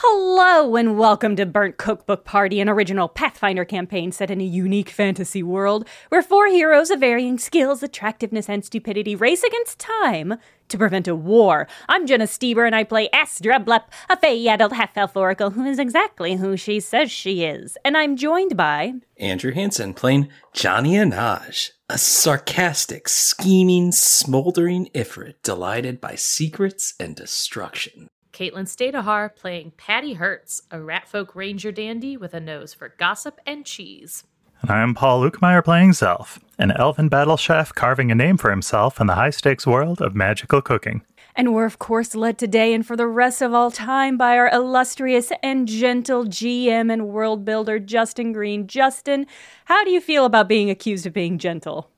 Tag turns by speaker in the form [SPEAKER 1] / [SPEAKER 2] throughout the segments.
[SPEAKER 1] Hello and welcome to Burnt Cookbook Party, an original Pathfinder campaign set in a unique fantasy world where four heroes of varying skills, attractiveness, and stupidity race against time to prevent a war. I'm Jenna Stieber and I play Astra Blup, a fey-addled half-elf oracle who is exactly who she says she is. And I'm joined by...
[SPEAKER 2] Andrew Hansen playing Johnny Anaj, a sarcastic, scheming, smoldering Ifrit delighted by secrets and destruction.
[SPEAKER 3] Caitlin Stadahar playing Patty Hertz, a ratfolk ranger dandy with a nose for gossip and cheese.
[SPEAKER 4] And I'm Paul Lukemeyer playing Zelf, an elven battle chef carving a name for himself in the high stakes world of magical cooking.
[SPEAKER 1] And we're, of course, led today and for the rest of all time by our illustrious and gentle GM and world builder, Justin Green. Justin, how do you feel about being accused of being gentle?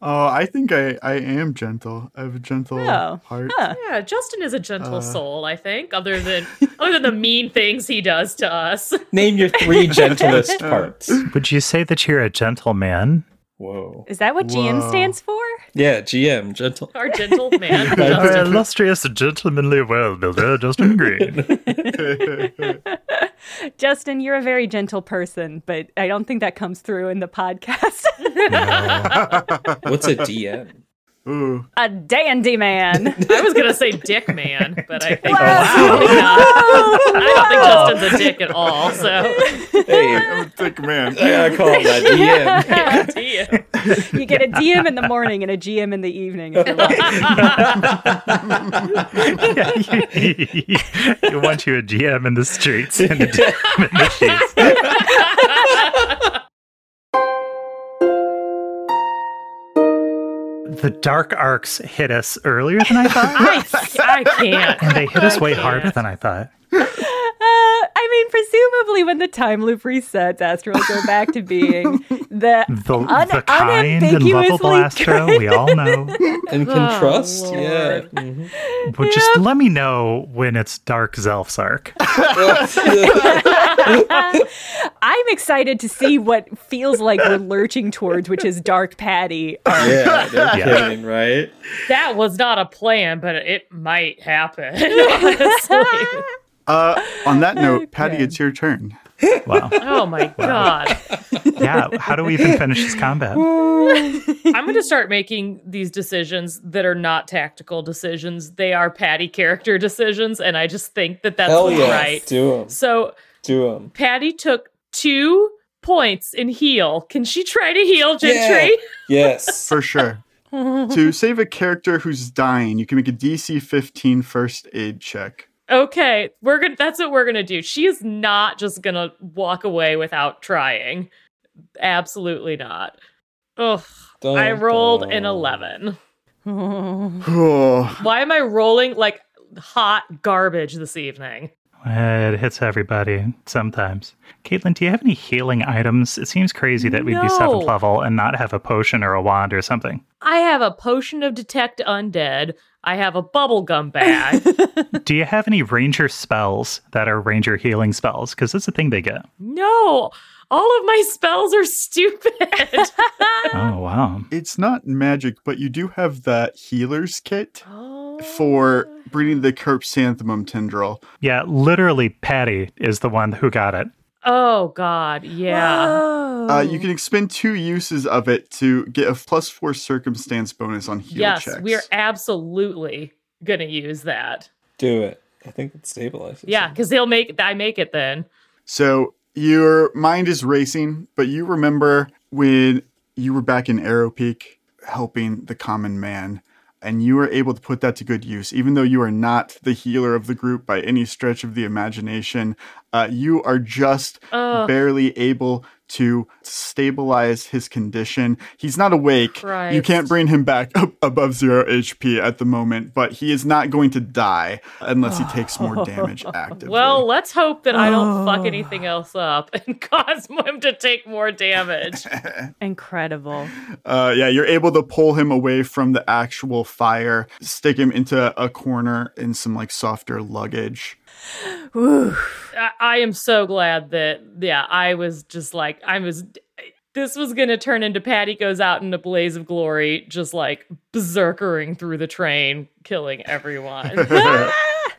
[SPEAKER 5] Oh, I think I, I am gentle. I have a gentle
[SPEAKER 1] Oh,
[SPEAKER 5] heart.
[SPEAKER 1] huh.
[SPEAKER 3] Yeah, Justin is a gentle
[SPEAKER 5] Uh.
[SPEAKER 3] soul, I think, other than other than the mean things he does to us.
[SPEAKER 2] Name your three gentlest
[SPEAKER 3] Oh.
[SPEAKER 2] parts.
[SPEAKER 4] Would you say that you're a gentleman?
[SPEAKER 2] Whoa.
[SPEAKER 1] Is that what GM
[SPEAKER 5] Whoa.
[SPEAKER 1] stands for?
[SPEAKER 2] Yeah, GM, gentle.
[SPEAKER 3] Our gentle man.
[SPEAKER 4] Our illustrious gentlemanly world builder, Justin Green.
[SPEAKER 1] Justin, you're a very gentle person, but I don't think that comes through in the podcast.
[SPEAKER 2] What's a DM?
[SPEAKER 5] Ooh.
[SPEAKER 1] a dandy man.
[SPEAKER 3] I was gonna say dick man, but I think
[SPEAKER 2] Wow.
[SPEAKER 3] absolutely
[SPEAKER 1] Oh,
[SPEAKER 3] not. I don't think Justin's a dick at all. So
[SPEAKER 2] Hey,
[SPEAKER 5] I'm a thick man.
[SPEAKER 2] I gotta call him a DM.
[SPEAKER 3] yeah.
[SPEAKER 1] you get a DM in the morning and a GM in the evening. if you want.
[SPEAKER 4] you want you a GM in the streets and a DM in the sheets. The dark arcs hit us earlier than I thought,
[SPEAKER 3] I, I can't.
[SPEAKER 4] and they hit us way
[SPEAKER 3] I can't.
[SPEAKER 4] harder than I thought.
[SPEAKER 1] Uh, I mean, presumably when the time loop resets, Astro will go back to being the,
[SPEAKER 4] The,
[SPEAKER 1] un-
[SPEAKER 4] the kind and
[SPEAKER 1] unambiguously
[SPEAKER 4] lovable Astro
[SPEAKER 1] good-
[SPEAKER 4] we all know
[SPEAKER 3] Oh,
[SPEAKER 2] And can trust? Yeah. Mhm.
[SPEAKER 4] would just let me know when it's dark Zelf's arc.
[SPEAKER 1] I'm excited to see what feels like we're lurching towards, which is Dark Patty.
[SPEAKER 2] yeah, no
[SPEAKER 4] Yeah.
[SPEAKER 2] kidding, right?
[SPEAKER 3] That was not a plan, but it might happen. honestly.
[SPEAKER 5] Uh, on that note, Patty, it's your turn.
[SPEAKER 4] Wow.
[SPEAKER 3] Oh my god.
[SPEAKER 4] Yeah. How do we even finish this combat?
[SPEAKER 3] I'm going to start making these decisions that are not tactical decisions. They are Patty character decisions, and I just think that that's
[SPEAKER 2] Hell yeah.
[SPEAKER 3] right.
[SPEAKER 2] Do him.
[SPEAKER 3] So
[SPEAKER 2] Do him.
[SPEAKER 3] Patty took two points in heal. Can she try to heal Gentry?
[SPEAKER 2] Yes.
[SPEAKER 5] For sure. to save a character who's dying, you can make a DC 15 first aid check.
[SPEAKER 3] Okay, we're gonna. That's what we're gonna do. She is not just gonna walk away without trying. Absolutely not. Ugh.
[SPEAKER 2] Dun,
[SPEAKER 3] I rolled
[SPEAKER 2] dun.
[SPEAKER 3] an eleven.
[SPEAKER 5] Oh,
[SPEAKER 3] Why am I rolling like hot garbage this evening?
[SPEAKER 4] It hits everybody sometimes. Caitlin, do you have any healing items? It seems crazy that we'd be seventh
[SPEAKER 3] No.
[SPEAKER 4] level and not have a potion or a wand or something.
[SPEAKER 3] I have a potion of detect undead. I have a bubblegum bag.
[SPEAKER 4] do you have any ranger spells that are ranger healing spells? Because that's the thing they get.
[SPEAKER 3] no, all of my spells are stupid.
[SPEAKER 4] Oh wow.
[SPEAKER 5] it's not magic, but you do have that healer's kit
[SPEAKER 3] oh.
[SPEAKER 5] for breeding the Kerpsanthemum tendril.
[SPEAKER 4] Yeah, literally Patty is the one who got it.
[SPEAKER 3] Oh God, yeah.
[SPEAKER 5] Uh, you can expend two uses of it to get a plus four circumstance bonus on heal
[SPEAKER 3] Yes,
[SPEAKER 5] checks.
[SPEAKER 3] we are absolutely gonna use that.
[SPEAKER 2] Do it. I think it stabilizes.
[SPEAKER 3] Yeah,
[SPEAKER 2] him.
[SPEAKER 3] because he'll make I make it then.
[SPEAKER 5] So your mind is racing, but you remember when you were back in Arrow Peak helping the common man, and you were able to put that to good use. Even though you are not the healer of the group by any stretch of the imagination, uh, you are just barely able to stabilize his condition. He's not awake. You
[SPEAKER 3] Christ.
[SPEAKER 5] can't bring him back up above zero HP at the moment, but he is not going to die unless he takes more damage actively.
[SPEAKER 3] Well, let's hope that I don't fuck anything else up and cause him to take more damage.
[SPEAKER 1] Incredible.
[SPEAKER 5] Uh, yeah, you're able to pull him away from the actual fire, stick him into a corner in some like softer luggage.
[SPEAKER 1] Ooh.
[SPEAKER 3] I, I am so glad that yeah, I was just like I was this was gonna turn into Patty goes out in a blaze of glory, just like berserkering through the train, killing everyone.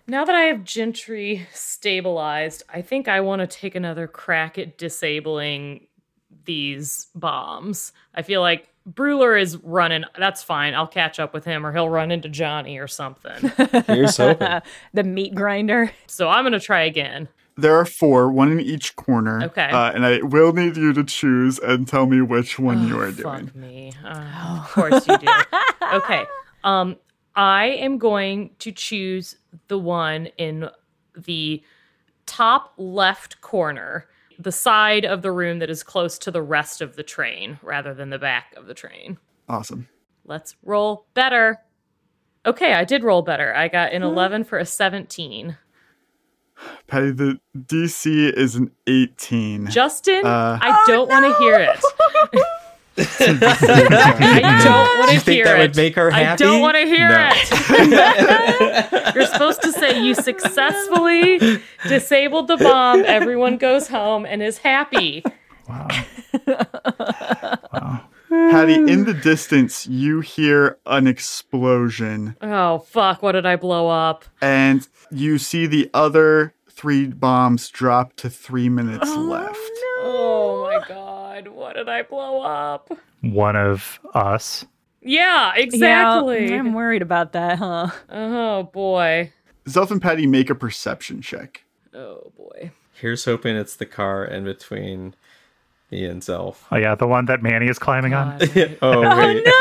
[SPEAKER 3] now that I have Gentry stabilized, I think I want to take another crack at disabling these bombs. I feel like Bruler is running. That's fine. I'll catch up with him, or he'll run into Johnny or something.
[SPEAKER 2] Here's hoping.
[SPEAKER 1] the meat grinder.
[SPEAKER 3] so I'm gonna try again.
[SPEAKER 5] There are four, one in each corner.
[SPEAKER 3] Okay.
[SPEAKER 5] Uh, and I will need you to choose and tell me which one you are
[SPEAKER 3] Oh, Fuck
[SPEAKER 5] doing.
[SPEAKER 3] me. Uh, Of course you do. okay. Um, I am going to choose the one in the top left corner, the side of the room that is close to the rest of the train rather than the back of the train.
[SPEAKER 5] Awesome.
[SPEAKER 3] Let's roll better. Okay, I did roll better. I got an 11 for a 17.
[SPEAKER 5] Patty, the DC is an 18.
[SPEAKER 3] Justin,
[SPEAKER 2] Uh,
[SPEAKER 3] I don't want to hear it. I don't want to
[SPEAKER 2] You
[SPEAKER 3] hear
[SPEAKER 2] think
[SPEAKER 3] it.
[SPEAKER 2] that would make her
[SPEAKER 3] I
[SPEAKER 2] happy?
[SPEAKER 3] don't want to hear
[SPEAKER 2] No.
[SPEAKER 3] it. You're supposed to say you successfully disabled the bomb. Everyone goes home and is happy.
[SPEAKER 5] Patty, in the distance, you hear an explosion.
[SPEAKER 3] Oh fuck! What did I blow up?
[SPEAKER 5] and you see the other three bombs drop to three minutes left.
[SPEAKER 3] Oh my god! What did I blow up?
[SPEAKER 4] One of us.
[SPEAKER 3] Yeah,
[SPEAKER 1] Yeah,
[SPEAKER 3] exactly.
[SPEAKER 1] I'm worried about that, huh?
[SPEAKER 3] oh boy.
[SPEAKER 5] Zelf and Patty make a perception check.
[SPEAKER 3] Oh boy.
[SPEAKER 2] Here's hoping it's the car in between me and Zelf.
[SPEAKER 4] Oh, yeah, the one that Manny is climbing on.
[SPEAKER 2] Oh, wait.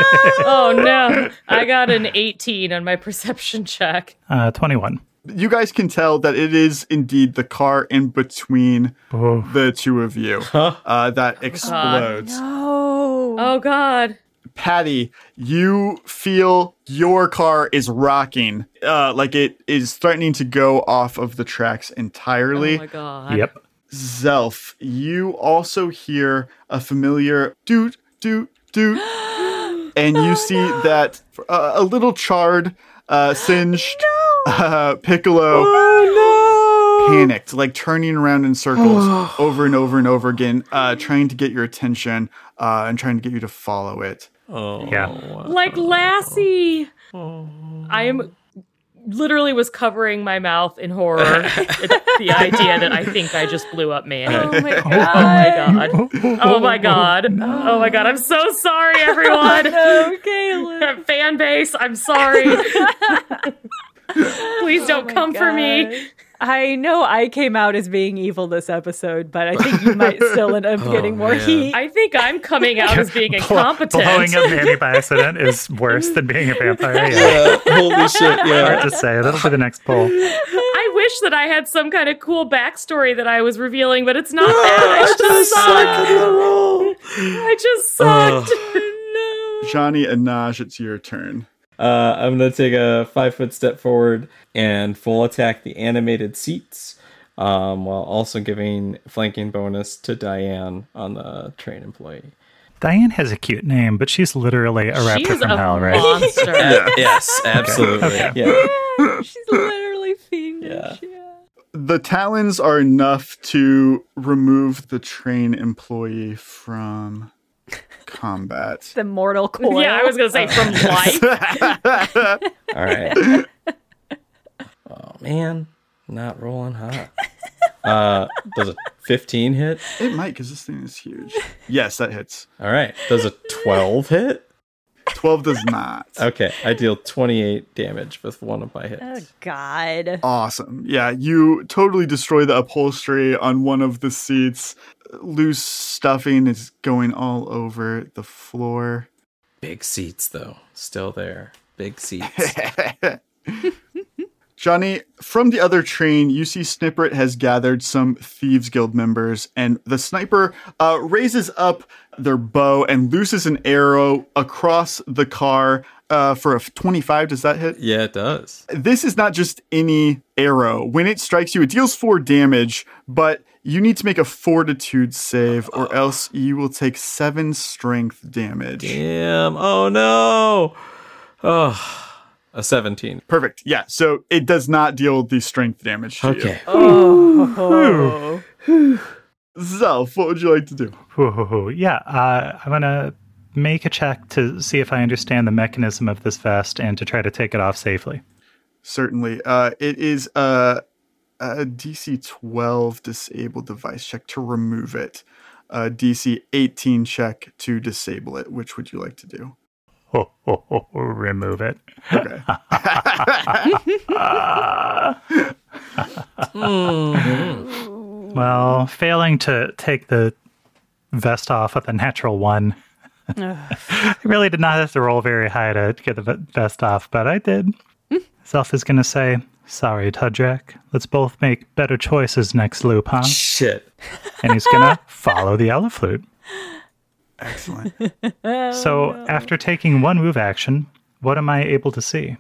[SPEAKER 3] Oh no! I got an 18 on my perception check.
[SPEAKER 4] Uh, 21.
[SPEAKER 5] You guys can tell that it is indeed the car in between
[SPEAKER 4] Oh,
[SPEAKER 5] the two of you uh, that explodes.
[SPEAKER 1] Oh.
[SPEAKER 3] Oh god.
[SPEAKER 5] Patty, you feel your car is rocking, uh, like it is threatening to go off of the tracks entirely.
[SPEAKER 3] Oh my god.
[SPEAKER 4] yep.
[SPEAKER 5] Zelf, you also hear a familiar doot, doot, doot. and you see that uh, a little charred, uh, singed uh, Piccolo panicked, like turning around in circles over and over and over again, uh, trying to get your attention uh, and trying to get you to follow it.
[SPEAKER 4] Yeah.
[SPEAKER 3] like Lassie. I am literally was covering my mouth in horror at the idea that I think I just blew up Manny.
[SPEAKER 1] Oh my
[SPEAKER 3] Oh
[SPEAKER 1] god.
[SPEAKER 3] my god. Oh my god. Oh my god. I'm so sorry, everyone.
[SPEAKER 1] no, Caleb.
[SPEAKER 3] Fan base, I'm sorry. Please don't come for me.
[SPEAKER 1] Oh God. I know I came out as being evil this episode, but I think you might still end up getting more
[SPEAKER 2] man.
[SPEAKER 1] heat.
[SPEAKER 3] I think I'm coming out as being
[SPEAKER 4] Bl- Blowing
[SPEAKER 3] incompetent.
[SPEAKER 4] up Manny by accident is worse than being a vampire. Yeah.
[SPEAKER 2] Uh, holy shit, yeah.
[SPEAKER 4] Hard to say. That'll be the next poll.
[SPEAKER 3] I wish that I had some kind of cool backstory that I was revealing, but it's not that. I just sucked. I just sucked.
[SPEAKER 5] Johnny and Naj, it's your turn.
[SPEAKER 2] Uh, I'm gonna take a five foot step forward and full attack the animated seats, um, while also giving flanking bonus to Diane on the train employee.
[SPEAKER 4] Diane has a cute name, but she's literally a rapper
[SPEAKER 3] She's
[SPEAKER 4] from
[SPEAKER 3] a
[SPEAKER 4] hell, right?
[SPEAKER 3] monster.
[SPEAKER 2] yes, absolutely.
[SPEAKER 1] She's literally fiendish. Yeah.
[SPEAKER 5] The talons are enough to remove the train employee from combat.
[SPEAKER 1] The mortal coil.
[SPEAKER 3] Yeah, I was gonna say from life.
[SPEAKER 2] Yeah. All right. oh man, not rolling hot. Uh, does a 15 hit?
[SPEAKER 5] It might, because this thing is huge. Yes, that hits.
[SPEAKER 2] All right. Does a 12 hit?
[SPEAKER 5] 12 does not.
[SPEAKER 2] Okay, I deal 28 damage with one of my hits.
[SPEAKER 1] Oh, God.
[SPEAKER 5] Awesome. Yeah, you totally destroy the upholstery on one of the seats. Loose stuffing is going all over the floor.
[SPEAKER 2] Big seats, though. Still there. Big seats.
[SPEAKER 5] Johnny, from the other train, you see Snippet has gathered some Thieves Guild members, and the sniper uh, raises up their bow and looses an arrow across the car uh, for a 25. Does that hit?
[SPEAKER 2] yeah, it does.
[SPEAKER 5] this is not just any arrow. When it strikes you, it deals four damage, but you need to make a fortitude save, or else you will take seven strength damage.
[SPEAKER 2] Damn. Oh, no. Oh, a 17.
[SPEAKER 5] Perfect. Yeah. So it does not deal the strength damage. To
[SPEAKER 2] Okay.
[SPEAKER 1] Oh.
[SPEAKER 5] You. Zelf, what would you like to do?
[SPEAKER 4] Hoo, hoo, hoo. Yeah, uh, I'm going to make a check to see if I understand the mechanism of this vest and to try to take it off safely.
[SPEAKER 5] Certainly. Uh, it is a, a DC 12 disabled device check to remove it, a DC 18 check to disable it. Which would you like to do?
[SPEAKER 4] Ho, ho, ho, ho, remove it.
[SPEAKER 5] Okay.
[SPEAKER 4] Well, failing to take the vest off with a natural one. I really did not have to roll very high to get the ve- vest off, but I did. Self is going to say, Sorry, Tudrak. Let's both make better choices next loop, huh?
[SPEAKER 2] Shit.
[SPEAKER 4] And he's going to follow the yellow flute.
[SPEAKER 5] Excellent.
[SPEAKER 4] So, after taking one move action, what am I able to see?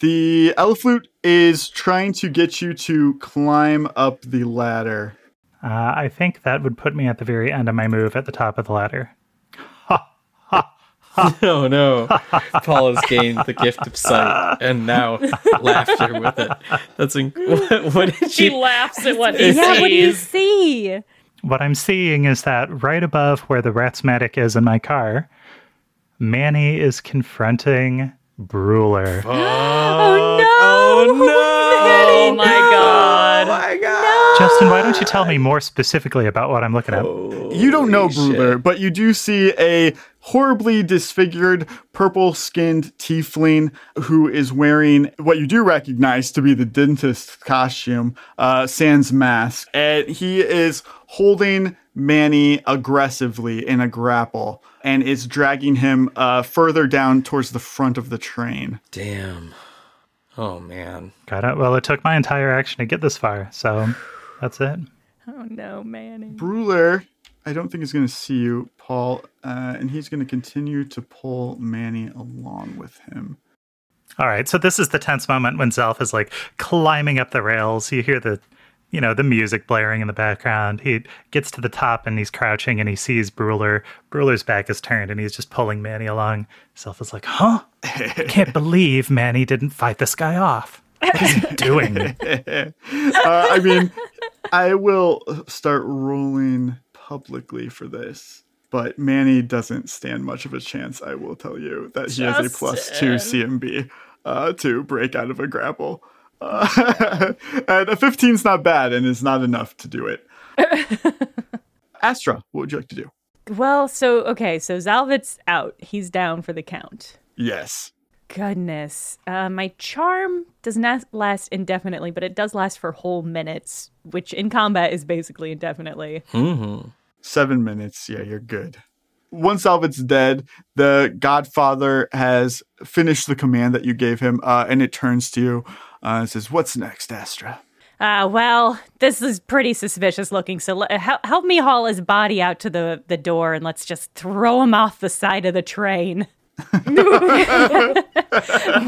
[SPEAKER 5] The Elflute is trying to get you to climb up the ladder.
[SPEAKER 4] Uh, I think that would put me at the very end of my move at the top of the ladder.
[SPEAKER 2] Oh, no. Paul has gained the gift of sight and now laughter with it. That's inc- what, what did
[SPEAKER 3] She
[SPEAKER 2] you
[SPEAKER 3] laughs at what he
[SPEAKER 1] yeah, what do you
[SPEAKER 3] sees.
[SPEAKER 1] see?
[SPEAKER 4] What I'm seeing is that right above where the Ratsmatic is in my car, Manny is confronting Bruler.
[SPEAKER 1] Oh, no. Oh,
[SPEAKER 3] Oh my god.
[SPEAKER 4] Justin, why don't you tell me more specifically about what I'm looking at?
[SPEAKER 5] you don't know Bruler, but you do see a horribly disfigured purple skinned tiefling who is wearing what you do recognize to be the dentist's costume, uh, Sans mask. And he is holding Manny aggressively in a grapple and is dragging him uh, further down towards the front of the train.
[SPEAKER 2] Damn. Oh, man.
[SPEAKER 4] Got it. Well, it took my entire action to get this far, so that's it.
[SPEAKER 1] Oh, no, Manny.
[SPEAKER 5] Bruler, I don't think he's going to see you, Paul, uh, and he's going to continue to pull Manny along with him.
[SPEAKER 4] All right, so this is the tense moment when Zelf is like climbing up the rails. You hear the, you know, the music blaring in the background. He gets to the top and he's crouching and he sees Bruler. Bruler's back is turned and he's just pulling Manny along. Zelf is like, "Huh? I can't believe Manny didn't fight this guy off. What is he doing?"
[SPEAKER 5] Uh, I mean, I will start rolling publicly for this, but Manny doesn't stand much of a chance, I will tell you, that he has a plus two CMB uh, to break out of a grapple. Uh, and a 15 is not bad and is not enough to do it. Astra, what would you like to do?
[SPEAKER 1] Well, so, okay, so Zalvit's out. He's down for the count.
[SPEAKER 5] Yes.
[SPEAKER 1] Goodness. Uh, my charm does not last indefinitely, but it does last for whole minutes, which in combat is basically indefinitely.
[SPEAKER 5] Seven minutes. Yeah, you're good. Once Alvin's dead, the Godfather has finished the command that you gave him, uh, and it turns to you uh, and says, "What's next, Astra?"
[SPEAKER 1] Uh, well, this is pretty suspicious looking, so le- hel- help me haul his body out to the, the door and let's just throw him off the side of the train.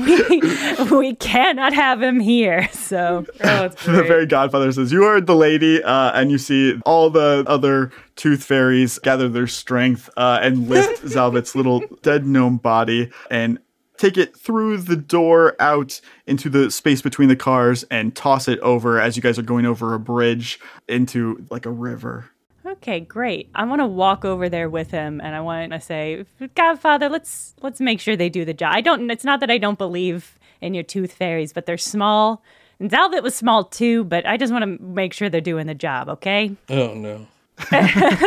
[SPEAKER 1] we, we cannot have him here, so.
[SPEAKER 3] Oh, it's
[SPEAKER 5] The
[SPEAKER 3] great.
[SPEAKER 5] very Godfather says, "You heard the lady," uh, and you see all the other Tooth Fairies gather their strength uh, and lift Zalvit's little dead gnome body and take it through the door out into the space between the cars and toss it over as you guys are going over a bridge into like a river.
[SPEAKER 1] Okay, great. I want to walk over there with him, and I want to say, Godfather, let's let's make sure they do the job. I don't. It's not that I don't believe in your tooth fairies, but they're small, and Zalvit was small too. But I just want to make sure they're doing the job. Okay.
[SPEAKER 2] Oh, no.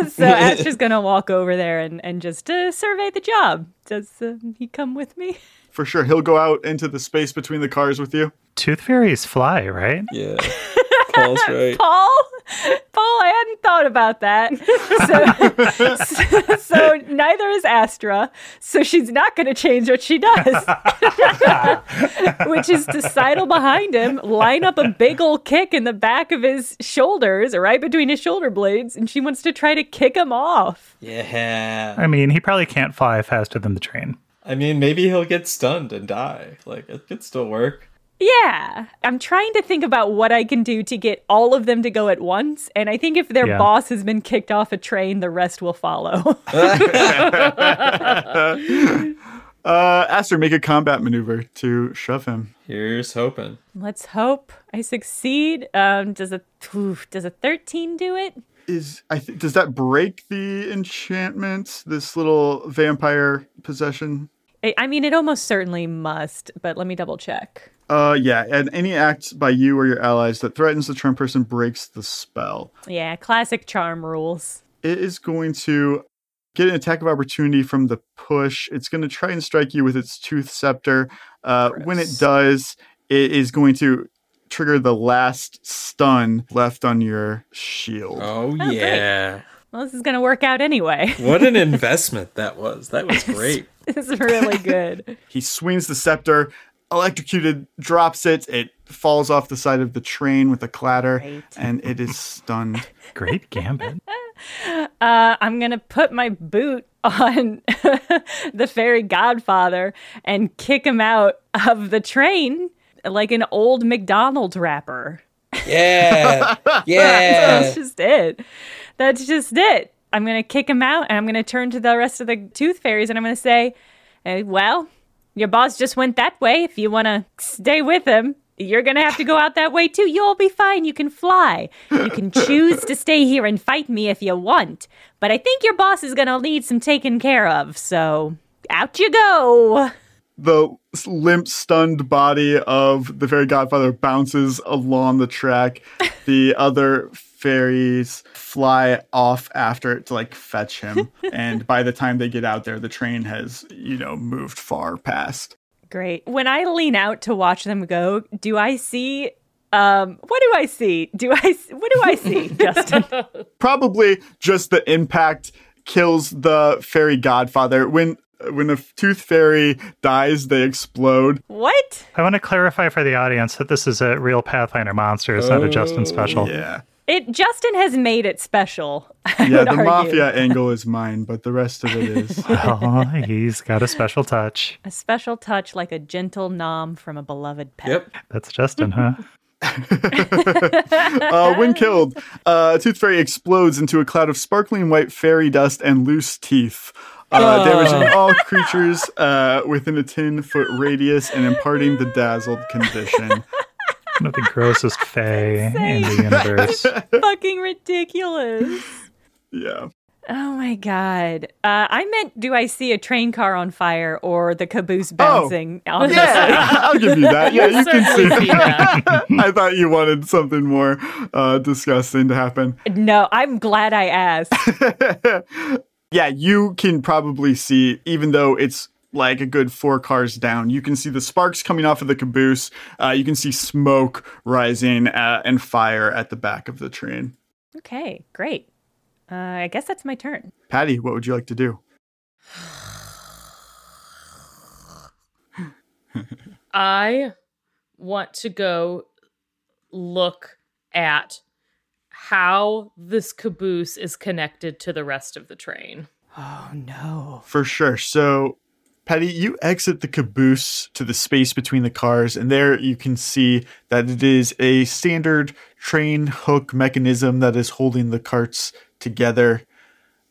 [SPEAKER 1] so Ash is gonna walk over there and, and just uh, survey the job. Does um, he come with me?
[SPEAKER 5] For sure. He'll go out into the space between the cars with you.
[SPEAKER 4] Tooth fairies fly, right?
[SPEAKER 2] Yeah. Paul's right.
[SPEAKER 1] Paul, Paul, I hadn't thought about that. So, so neither is Astra. So she's not going to change what she does, which is to sidle behind him, line up a big old kick in the back of his shoulders, right between his shoulder blades, and she wants to try to kick him off.
[SPEAKER 2] Yeah.
[SPEAKER 4] I mean, he probably can't fly faster than the train.
[SPEAKER 2] I mean, maybe he'll get stunned and die. Like, it could still work.
[SPEAKER 1] Yeah. I'm trying to think about what I can do to get all of them to go at once. And I think if their
[SPEAKER 4] Yeah.
[SPEAKER 1] boss has been kicked off a train, the rest will follow.
[SPEAKER 5] Uh, Aster, make a combat maneuver to shove him.
[SPEAKER 2] Here's hoping.
[SPEAKER 1] Let's hope I succeed. Um, does a oof, does a thirteen do it?
[SPEAKER 5] Is I th- does that break the enchantment? This little vampire possession.
[SPEAKER 1] I, I mean, it almost certainly must. But let me double check.
[SPEAKER 5] Uh, yeah. And any act by you or your allies that threatens the charm person breaks the spell.
[SPEAKER 1] Yeah, classic charm rules.
[SPEAKER 5] It is going to get an attack of opportunity from the push. It's going to try and strike you with its tooth scepter. Uh, when it does, it is going to trigger the last stun left on your shield.
[SPEAKER 2] Oh,
[SPEAKER 1] great.
[SPEAKER 2] yeah.
[SPEAKER 1] Well, this is gonna work out anyway.
[SPEAKER 2] What an investment that was. That was great.
[SPEAKER 1] this is really good.
[SPEAKER 5] He swings the scepter, electrocuted, drops it. It falls off the side of the train with a clatter, and it is stunned.
[SPEAKER 4] Great gambit.
[SPEAKER 1] Uh, I'm gonna put my boot on the fairy godfather and kick him out of the train like an old McDonald's wrapper.
[SPEAKER 2] Yeah. Yeah.
[SPEAKER 1] That's just it. That's just it. I'm going to kick him out and I'm going to turn to the rest of the tooth fairies and I'm going to say, eh, well, your boss just went that way. If you want to stay with him, you're going to have to go out that way too. You'll be fine. You can fly. You can choose to stay here and fight me if you want. But I think your boss is going to need some taking care of. So out you go.
[SPEAKER 5] The limp, stunned body of the fairy godfather bounces along the track. The other fairies fly off after it to like fetch him. and by the time they get out there, the train has, you know, moved far past.
[SPEAKER 1] Great. When I lean out to watch them go, do I see? Um, what do I see? Do I? s- What do I see, Justin?
[SPEAKER 5] probably just the impact kills the fairy godfather when when a tooth fairy dies they explode
[SPEAKER 1] what?
[SPEAKER 4] I want to clarify for the audience that this is a real Pathfinder monster. It's not a Justin special.
[SPEAKER 5] yeah
[SPEAKER 1] It Justin has made it special. I
[SPEAKER 5] yeah
[SPEAKER 1] would
[SPEAKER 5] the
[SPEAKER 1] argue.
[SPEAKER 5] mafia angle is mine but the rest of it is
[SPEAKER 4] Oh, he's got a special touch.
[SPEAKER 1] A special touch like a gentle nom from a beloved pet.
[SPEAKER 2] Yep.
[SPEAKER 4] That's Justin, huh?
[SPEAKER 5] uh, when killed uh, tooth fairy explodes into a cloud of sparkling white fairy dust and loose teeth uh, damaging all creatures uh, within a 10 foot radius and imparting the dazzled condition
[SPEAKER 4] One of the grossest fae in the universe.
[SPEAKER 1] Fucking ridiculous.
[SPEAKER 5] yeah
[SPEAKER 1] Oh my god. Uh, I meant do I see a train car on fire or the caboose bouncing on the
[SPEAKER 5] Oh, yeah i'll give you that yeah you can see
[SPEAKER 3] Certainly see that.
[SPEAKER 5] I thought you wanted something more uh, disgusting to happen.
[SPEAKER 1] No, I'm glad I asked.
[SPEAKER 5] Yeah, you can probably see, even though it's like a good four cars down, you can see the sparks coming off of the caboose. Uh, you can see smoke rising uh, and fire at the back of the train.
[SPEAKER 1] okay, great. Uh, I guess that's my turn.
[SPEAKER 5] Patty, what would you like to do?
[SPEAKER 3] I want to go look at how this caboose is connected to the rest of the train.
[SPEAKER 1] Oh no.
[SPEAKER 5] For sure. So, Patty, you exit the caboose to the space between the cars, and there you can see that it is a standard train hook mechanism that is holding the carts together.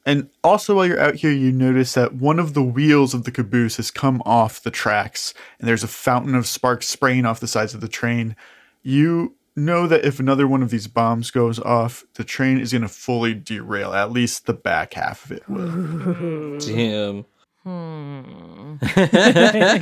[SPEAKER 5] And also, while you're out here, you notice that one of the wheels of the caboose has come off the tracks, and there's a fountain of sparks spraying off the sides of the train. You know that if another one of these bombs goes off, the train is going to fully derail, at least the back half of it will.
[SPEAKER 2] Damn.
[SPEAKER 1] yeah.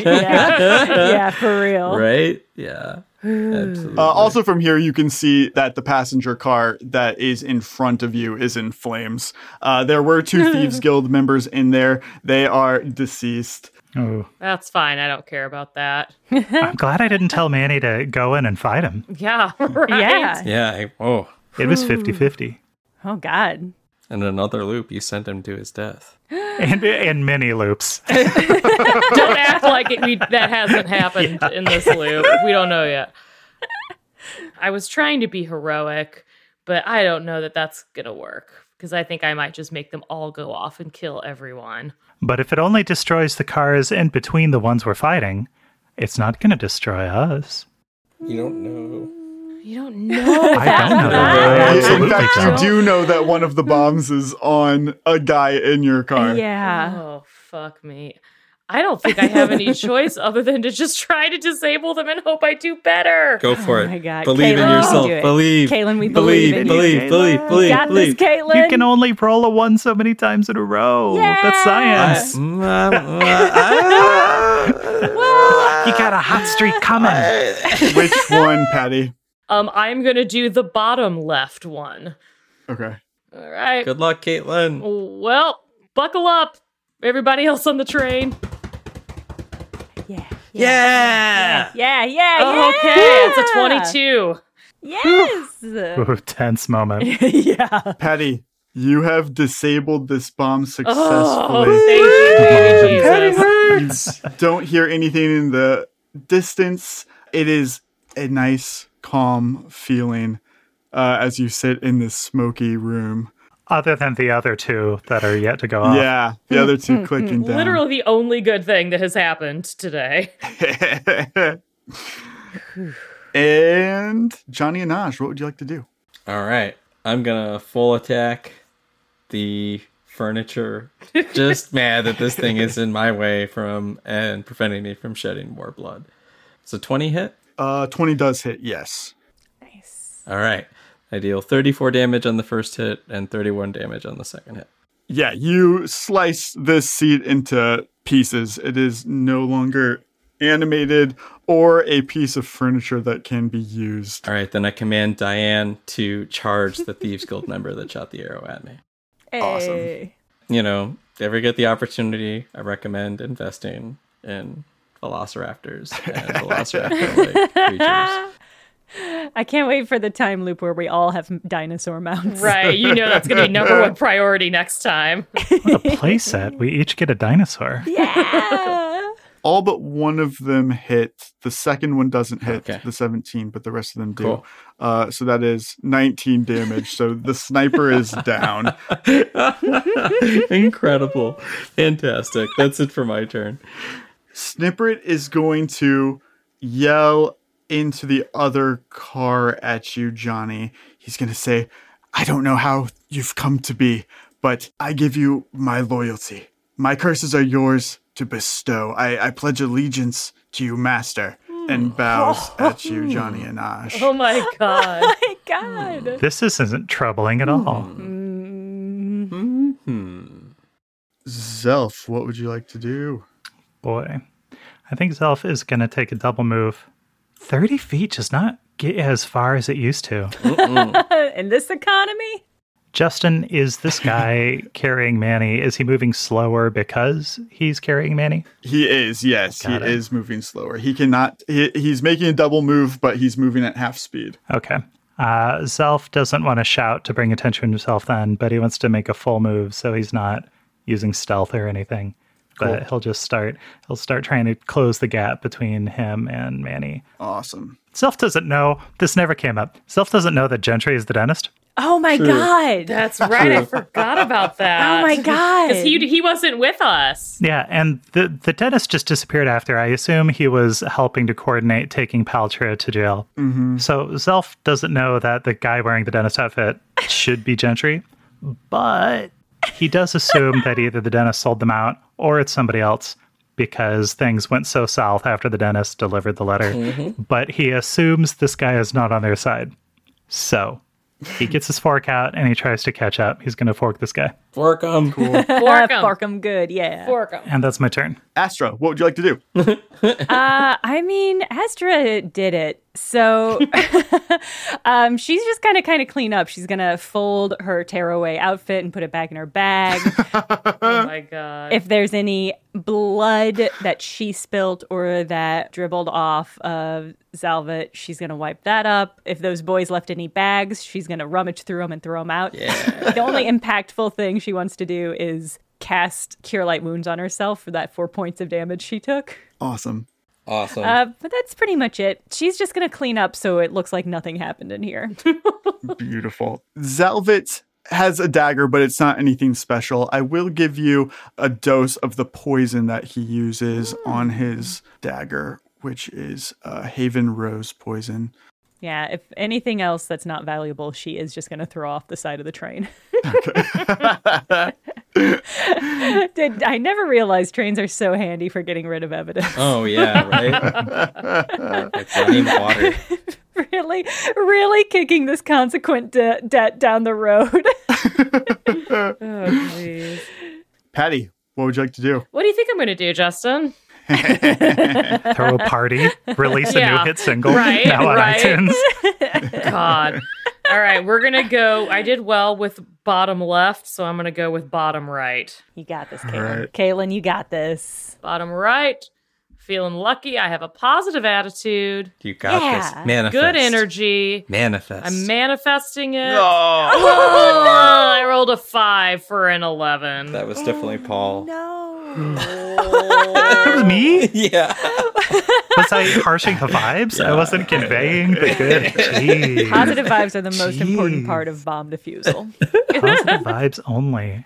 [SPEAKER 1] yeah, for real.
[SPEAKER 2] Right? Yeah. Absolutely.
[SPEAKER 5] Uh, also, from here, you can see that the passenger car that is in front of you is in flames. Uh, there were two Thieves Guild members in there. They are deceased.
[SPEAKER 4] Oh,
[SPEAKER 3] That's fine. I don't care about that.
[SPEAKER 4] I'm glad I didn't tell Manny to go in and fight him.
[SPEAKER 3] Yeah. Right.
[SPEAKER 1] Yeah.
[SPEAKER 2] yeah. I, oh,
[SPEAKER 4] It was 50 50.
[SPEAKER 1] Oh God.
[SPEAKER 2] and another loop. You sent him to his death.
[SPEAKER 4] And, and mini loops.
[SPEAKER 3] Don't act like it, we, that hasn't happened in this loop. We don't know yet. I was trying to be heroic, but I don't know that that's going to work because I think I might just make them all go off and kill everyone.
[SPEAKER 4] But if it only destroys the cars in between the ones we're fighting, it's not going to destroy us.
[SPEAKER 2] You don't know.
[SPEAKER 3] You don't know.
[SPEAKER 4] I don't know.
[SPEAKER 2] Yeah,
[SPEAKER 4] I
[SPEAKER 5] in
[SPEAKER 4] absolutely
[SPEAKER 5] fact,
[SPEAKER 4] don't.
[SPEAKER 5] you do know that one of the bombs is on a guy in your car.
[SPEAKER 1] Yeah.
[SPEAKER 3] Oh, fuck me. I don't think I have any choice other than to just try to disable them and hope I do better.
[SPEAKER 2] Go for it.
[SPEAKER 1] Oh my God.
[SPEAKER 2] Believe
[SPEAKER 1] Caitlin,
[SPEAKER 2] in
[SPEAKER 1] you
[SPEAKER 2] yourself.
[SPEAKER 1] can do it.
[SPEAKER 2] Believe.
[SPEAKER 1] Caitlin, we
[SPEAKER 2] believe.
[SPEAKER 1] believe in you.
[SPEAKER 2] believe. Believe.
[SPEAKER 4] Caitlin.
[SPEAKER 2] Believe.
[SPEAKER 1] Got
[SPEAKER 2] believe.
[SPEAKER 1] this, Caitlin.
[SPEAKER 4] You can only roll a one so many times in a row. That's science.
[SPEAKER 2] Mm, uh, uh, uh,
[SPEAKER 4] You got a hot streak coming.
[SPEAKER 5] Which one, Patty?
[SPEAKER 3] Um, I'm gonna do the bottom left one.
[SPEAKER 5] Okay.
[SPEAKER 3] All right.
[SPEAKER 2] Good luck, Caitlin.
[SPEAKER 3] Well, buckle up, everybody else on the train.
[SPEAKER 1] yeah.
[SPEAKER 2] Yeah.
[SPEAKER 1] Yeah. Yeah.
[SPEAKER 3] Oh,
[SPEAKER 1] yeah.
[SPEAKER 3] okay, it's a 22.
[SPEAKER 1] Yes.
[SPEAKER 4] Ooh, tense moment.
[SPEAKER 1] yeah.
[SPEAKER 5] Patty, you have disabled this bomb
[SPEAKER 3] Oh,
[SPEAKER 5] successfully.
[SPEAKER 3] thank you, baby Jesus.
[SPEAKER 5] Don't hear anything in the distance. It is a nice, calm feeling uh, as you sit in this smoky room.
[SPEAKER 4] Other than the other two that are yet to go off.
[SPEAKER 5] Yeah, the other two clicking down.
[SPEAKER 3] Literally the only good thing that has happened today.
[SPEAKER 5] and Johnny and Naj, what would you like to do?
[SPEAKER 2] All right. I'm gonna full attack the furniture. Just mad that this thing is in my way from and preventing me from shedding more blood. So 20 hit.
[SPEAKER 5] Uh, 20 does hit, yes.
[SPEAKER 2] All right. I deal 34 damage on the first hit and 31 damage on the second hit.
[SPEAKER 5] Yeah, you slice this seat into pieces. It is no longer animated or a piece of furniture that can be used.
[SPEAKER 2] All right, then I command Diane to charge the Thieves Guild member that shot the arrow at me.
[SPEAKER 5] Awesome.
[SPEAKER 1] Hey.
[SPEAKER 2] You know, if you ever get the opportunity, I recommend investing in velociraptors and velociraptor creatures.
[SPEAKER 1] I can't wait for the time loop where we all have m- dinosaur mounts.
[SPEAKER 3] Right, you know that's gonna be number one priority next time.
[SPEAKER 4] With a playset, we each get a dinosaur.
[SPEAKER 1] Yeah.
[SPEAKER 5] All but one of them hit. The second one doesn't hit
[SPEAKER 2] Okay.
[SPEAKER 5] the 17, but the rest of them do.
[SPEAKER 2] Cool.
[SPEAKER 5] Uh, so that is 19 damage. so the sniper is down.
[SPEAKER 2] Incredible. Fantastic. That's it for my turn.
[SPEAKER 5] Snippet is going to yell into the other car at you, Johnny. He's going to say, I don't know how you've come to be, but I give you my loyalty. My curses are yours to bestow. I, I pledge allegiance to you, Master.
[SPEAKER 2] Hmm.
[SPEAKER 5] And bows at you, Johnny and Ash.
[SPEAKER 3] Oh my god.
[SPEAKER 1] My God.
[SPEAKER 4] This isn't troubling at all.
[SPEAKER 5] Zelf, what would you like to do?
[SPEAKER 4] Boy, I think Zelf is going to take a double move. 30 feet does not get as far as it used to.
[SPEAKER 3] Hmm.
[SPEAKER 1] In this economy?
[SPEAKER 4] Justin, is this guy carrying Manny? Is he moving slower because he's carrying Manny?
[SPEAKER 5] He is, yes,
[SPEAKER 4] Got
[SPEAKER 5] he
[SPEAKER 4] it.
[SPEAKER 5] is moving slower. He cannot, he, he's making a double move, but he's moving at half speed.
[SPEAKER 4] Okay. Uh, Zelf doesn't want to shout to bring attention to himself then, but he wants to make a full move, so he's not using stealth or anything. But he'll just start. He'll start trying to close the gap between him and Manny.
[SPEAKER 5] Awesome.
[SPEAKER 4] Self doesn't know. This never came up. Self doesn't know that Gentry is the dentist.
[SPEAKER 1] Oh my God.
[SPEAKER 3] That's right. I forgot about that.
[SPEAKER 1] oh my God.
[SPEAKER 3] Because he, he wasn't with us.
[SPEAKER 4] Yeah, and the the dentist just disappeared after. I assume he was helping to coordinate taking Paltrow to jail. Mm-hmm. So Zelf doesn't know that the guy wearing the dentist outfit should be Gentry, but he does assume that either the dentist sold them out or it's somebody else because things went so south after the dentist delivered the letter. But he assumes this guy is not on their side. So he gets his fork out and he tries to catch up. He's going to fork this guy.
[SPEAKER 2] Fork 'em.
[SPEAKER 3] Fork 'em.
[SPEAKER 1] Bark 'em good, yeah.
[SPEAKER 3] Fork 'em.
[SPEAKER 4] And that's my turn.
[SPEAKER 5] Astra, what would you like to do?
[SPEAKER 1] Uh, I mean, Astra did it. So um, she's just gonna kind of clean up. She's gonna fold her tearaway outfit and put it back in her bag.
[SPEAKER 3] Oh my god.
[SPEAKER 1] if there's any blood that she spilt or that dribbled off of Zalvet, she's gonna wipe that up. If those boys left any bags, she's gonna rummage through them and throw them out. the only impactful thing she wants to do is cast cure light wounds on herself for that four points of damage she took.
[SPEAKER 5] Awesome.
[SPEAKER 2] Awesome.
[SPEAKER 1] Uh, but that's pretty much it. She's just gonna clean up so it looks like nothing happened in here.
[SPEAKER 5] Beautiful. Zelvet has a dagger, but it's not anything special. I will give you a dose of the poison that he uses
[SPEAKER 4] Hmm.
[SPEAKER 5] on his dagger, which is uh, Haven Rose poison.
[SPEAKER 1] yeah, if anything else that's not valuable, she is just gonna throw off the side of the train. Did I never realized trains are so handy for getting rid of evidence.
[SPEAKER 2] oh yeah, right. like running water.
[SPEAKER 1] really, really kicking this consequent de- debt down the road.
[SPEAKER 3] oh, please.
[SPEAKER 5] Patty, what would you like to do?
[SPEAKER 3] What do you think I'm gonna do, Justin?
[SPEAKER 4] Throw a party, release a
[SPEAKER 3] Yeah.
[SPEAKER 4] new hit single
[SPEAKER 3] Right,
[SPEAKER 4] now on
[SPEAKER 3] right.
[SPEAKER 4] iTunes.
[SPEAKER 3] God. All right, we're gonna go. I did well with bottom left, so I'm gonna go with bottom right.
[SPEAKER 1] you got this,
[SPEAKER 5] All
[SPEAKER 1] Kaylin.
[SPEAKER 5] right.
[SPEAKER 1] Kaylin, you got this.
[SPEAKER 3] Bottom right. Feeling lucky. I have a positive attitude.
[SPEAKER 2] You got
[SPEAKER 1] Yeah.
[SPEAKER 2] this. Manifest.
[SPEAKER 3] Good energy.
[SPEAKER 2] Manifest.
[SPEAKER 3] I'm manifesting it.
[SPEAKER 2] Oh.
[SPEAKER 3] Whoa, Oh, I rolled a five for an eleven.
[SPEAKER 2] that was definitely Paul.
[SPEAKER 4] That was me?
[SPEAKER 2] Yeah.
[SPEAKER 4] Was I harshing the vibes? I wasn't conveying the good. Jeez.
[SPEAKER 1] Positive vibes are the most important
[SPEAKER 4] Jeez.
[SPEAKER 1] part of bomb defusal.
[SPEAKER 4] Positive vibes only.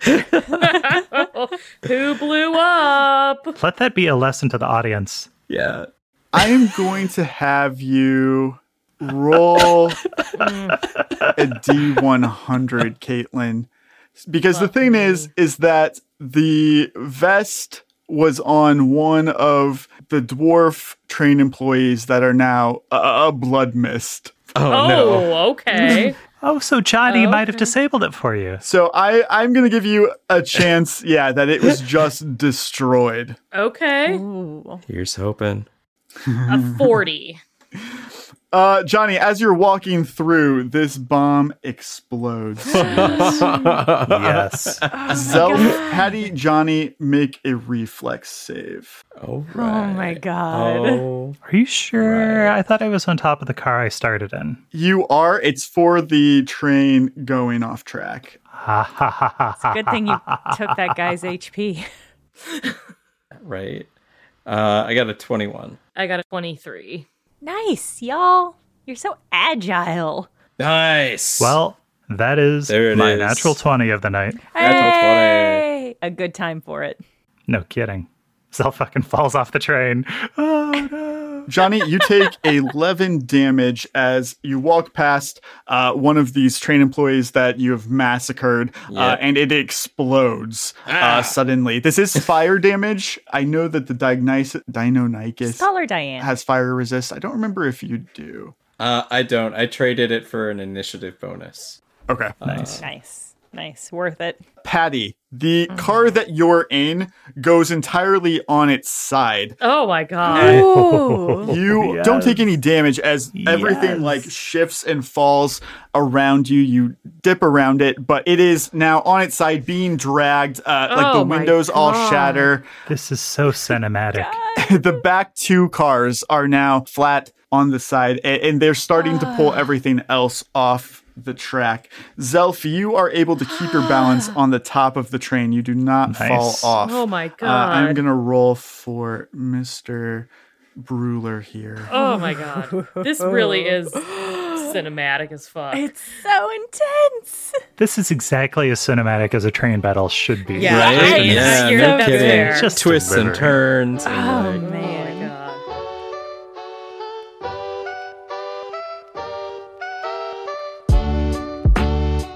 [SPEAKER 3] Who blew up?
[SPEAKER 4] Let that be a lesson to the audience.
[SPEAKER 2] Yeah.
[SPEAKER 5] I am going to have you roll a D100, Caitlin. Because the thing is, is that the vest was on one of the dwarf train employees that are now a uh, blood mist.
[SPEAKER 3] Oh, okay.
[SPEAKER 4] Oh, so Johnny might have disabled it for you.
[SPEAKER 5] So I, I'm going to give you a chance, yeah, that it was just destroyed.
[SPEAKER 3] Okay.
[SPEAKER 2] Here's hoping.
[SPEAKER 3] A 40.
[SPEAKER 5] Uh, Johnny, as you're walking through, this bomb explodes.
[SPEAKER 4] Yes.
[SPEAKER 1] Oh
[SPEAKER 5] Zelf, Patty, Johnny, make a reflex save.
[SPEAKER 2] Oh,
[SPEAKER 1] Oh
[SPEAKER 2] right.
[SPEAKER 1] my god.
[SPEAKER 2] Oh.
[SPEAKER 4] Are you sure? I thought I was on top of the car I started in.
[SPEAKER 5] You are. It's for the train going off track.
[SPEAKER 4] Ha Ah, ha ha ha. ha.
[SPEAKER 1] Good thing you took that guy's HP.
[SPEAKER 2] Right. Uh, I got a 21.
[SPEAKER 3] I got a 23.
[SPEAKER 1] Nice, y'all. You're so agile.
[SPEAKER 2] Nice.
[SPEAKER 4] Well, that is
[SPEAKER 2] There it
[SPEAKER 4] my
[SPEAKER 2] is.
[SPEAKER 4] natural 20 of the night.
[SPEAKER 2] Natural
[SPEAKER 1] Hey! A good time for it.
[SPEAKER 4] No kidding. Zell fucking falls off the train. Oh, no.
[SPEAKER 5] Johnny, you take 11 damage as you walk past uh, one of these train employees that you have massacred, uh, and it explodes uh, suddenly. This is fire damage. I know that the Dignis- Deinonychus
[SPEAKER 1] Caller Diane.
[SPEAKER 5] has fire resist. I don't remember if you do.
[SPEAKER 2] Uh, I don't. I traded it for an initiative bonus.
[SPEAKER 5] Okay.
[SPEAKER 1] nice. Nice. Worth it.
[SPEAKER 5] Patty, the
[SPEAKER 3] Mm-hmm.
[SPEAKER 5] car that you're in goes entirely on its side.
[SPEAKER 3] Oh my god. Oh,
[SPEAKER 1] Ooh.
[SPEAKER 5] You don't take any damage as everything like shifts and falls around you. You dip around it, but it is now on its side being dragged. Uh, like the
[SPEAKER 3] Oh my
[SPEAKER 5] windows all shatter.
[SPEAKER 4] This is so cinematic.
[SPEAKER 5] the back two cars are now flat on the side and, and they're starting to pull
[SPEAKER 3] Ah.
[SPEAKER 5] everything else off the track. Zelf, you are able to keep your balance on the top of the train. You do not
[SPEAKER 4] Nice.
[SPEAKER 5] fall off.
[SPEAKER 3] Ah. Oh my
[SPEAKER 5] Uh, I'm
[SPEAKER 3] God.
[SPEAKER 5] going to roll for Mr. Bruler here.
[SPEAKER 3] Oh my god. This really is cinematic as fuck.
[SPEAKER 1] It's so intense.
[SPEAKER 4] This is exactly as cinematic as a train battle should be.
[SPEAKER 3] Yeah. Right?
[SPEAKER 2] Right?
[SPEAKER 3] Nice.
[SPEAKER 2] Yeah,
[SPEAKER 3] You're-
[SPEAKER 2] no
[SPEAKER 3] that's
[SPEAKER 2] kidding.
[SPEAKER 3] fair.
[SPEAKER 2] Just
[SPEAKER 4] Just
[SPEAKER 2] twists and
[SPEAKER 4] delivery.
[SPEAKER 2] turns. And like,
[SPEAKER 3] Oh my god.
[SPEAKER 1] We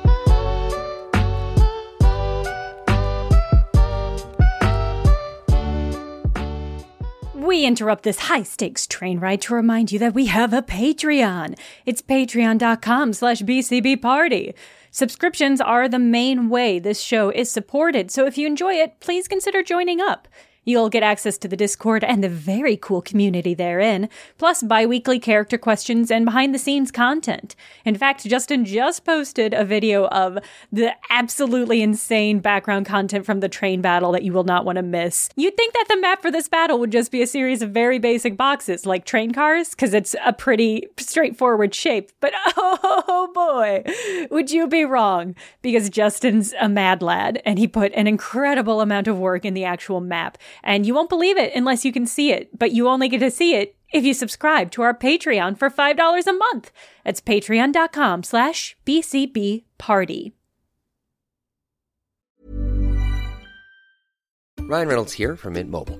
[SPEAKER 1] We interrupt this high stakes train ride to remind you that we have a Patreon. It's patreon.com slash BCB Party. Subscriptions are the main way this show is supported, so if you enjoy it, please consider joining up. You'll get access to the Discord and the very cool community therein, plus bi weekly character questions and behind the scenes content. In fact, Justin just posted a video of the absolutely insane background content from the train battle that you will not want to miss. You'd think that the map for this battle would just be a series of very basic boxes like train cars, because it's a pretty straightforward shape, but oh boy, would you be wrong? Because Justin's a mad lad and he put an incredible amount of work in the actual map and you won't believe it unless you can see it, but you only get to see it if you subscribe to our Patreon for $5 a month. That's patreon.com slash BCB party.
[SPEAKER 6] Ryan Reynolds here from Mint Mobile.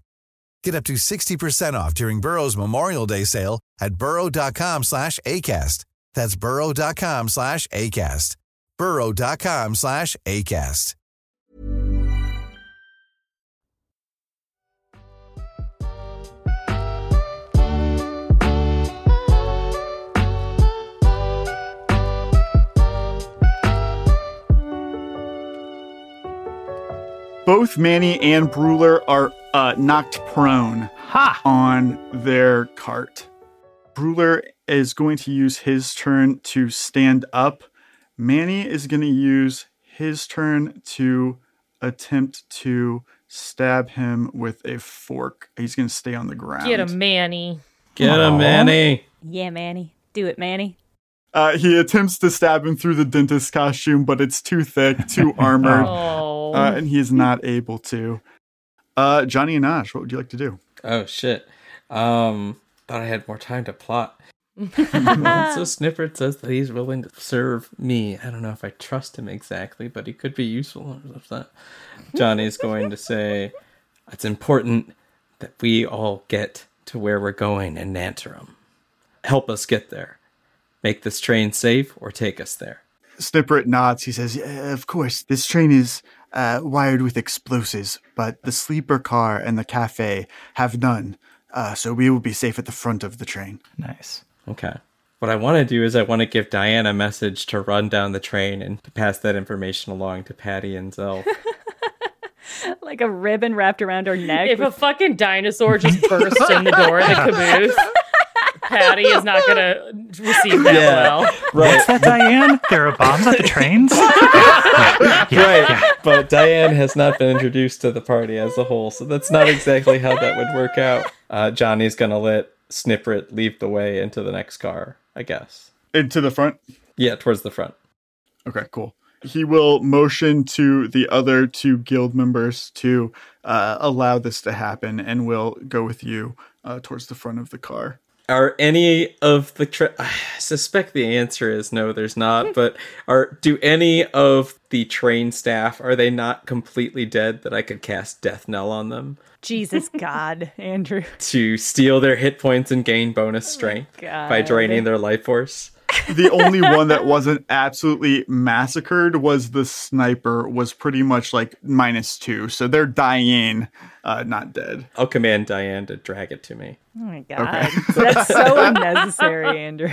[SPEAKER 7] Get up to 60% off during Burrow's Memorial Day sale at burrow.com slash ACAST. That's burrow.com slash ACAST. burrow.com slash ACAST.
[SPEAKER 5] Both Manny and Bruler are uh, knocked prone
[SPEAKER 4] Ha!
[SPEAKER 5] on their cart. Bruler is going to use his turn to stand up. Manny is going to use his turn to attempt to stab him with a fork. He's going to stay on the ground.
[SPEAKER 3] Get a Manny.
[SPEAKER 2] Get him, Manny.
[SPEAKER 1] Yeah, Manny. Do it, Manny.
[SPEAKER 5] Uh, he attempts to stab him through the dentist costume, but it's too thick, too armored,
[SPEAKER 3] Oh.
[SPEAKER 5] uh, and he is not able to. Uh, Johnny and Ash, what would you like to do?
[SPEAKER 2] Oh shit. Um thought I had more time to plot. so Snippert says that he's willing to serve me. I don't know if I trust him exactly, but he could be useful or something. Johnny's going to say it's important that we all get to where we're going in Nantarum. Help us get there. Make this train safe or take us there.
[SPEAKER 5] Snippet nods. He says, "Yeah, "Of course, this train is uh, wired with explosives, but the sleeper car and the cafe have none, uh, so we will be safe at the front of the train."
[SPEAKER 4] Nice.
[SPEAKER 2] Okay. What I want to do is I want to give Diana a message to run down the train and to pass that information along to Patty and Zell.
[SPEAKER 1] Like a ribbon wrapped around her neck.
[SPEAKER 3] If a fucking dinosaur just bursts in the door of the caboose, Patty is not gonna receive that well.
[SPEAKER 4] What's that, Diane? there are bombs at the trains?
[SPEAKER 2] right. But Diane has not been introduced to the party as a whole, so that's not exactly how that would work out. Uh, Johnny's gonna let Snippet lead the way into the next car, I guess.
[SPEAKER 5] Into the front.
[SPEAKER 2] Yeah, towards the front.
[SPEAKER 5] Okay, cool. he will motion to the other two guild members to uh, allow this to happen and will go with you uh, towards the front of the car.
[SPEAKER 2] Are any of the tra- I suspect the answer is no, there's not. But are do any of the train staff are they not completely dead that I could cast Death Knell on them
[SPEAKER 1] Jesus God, Andrew.
[SPEAKER 2] to steal their hit points and gain bonus strength by
[SPEAKER 1] God.
[SPEAKER 2] draining their life force?
[SPEAKER 5] The only one that wasn't absolutely massacred was the sniper, was pretty much like minus two. So they're dying, uh, not dead.
[SPEAKER 2] I'll command Diane to drag it to me.
[SPEAKER 1] Oh my God. That's so unnecessary, Andrew.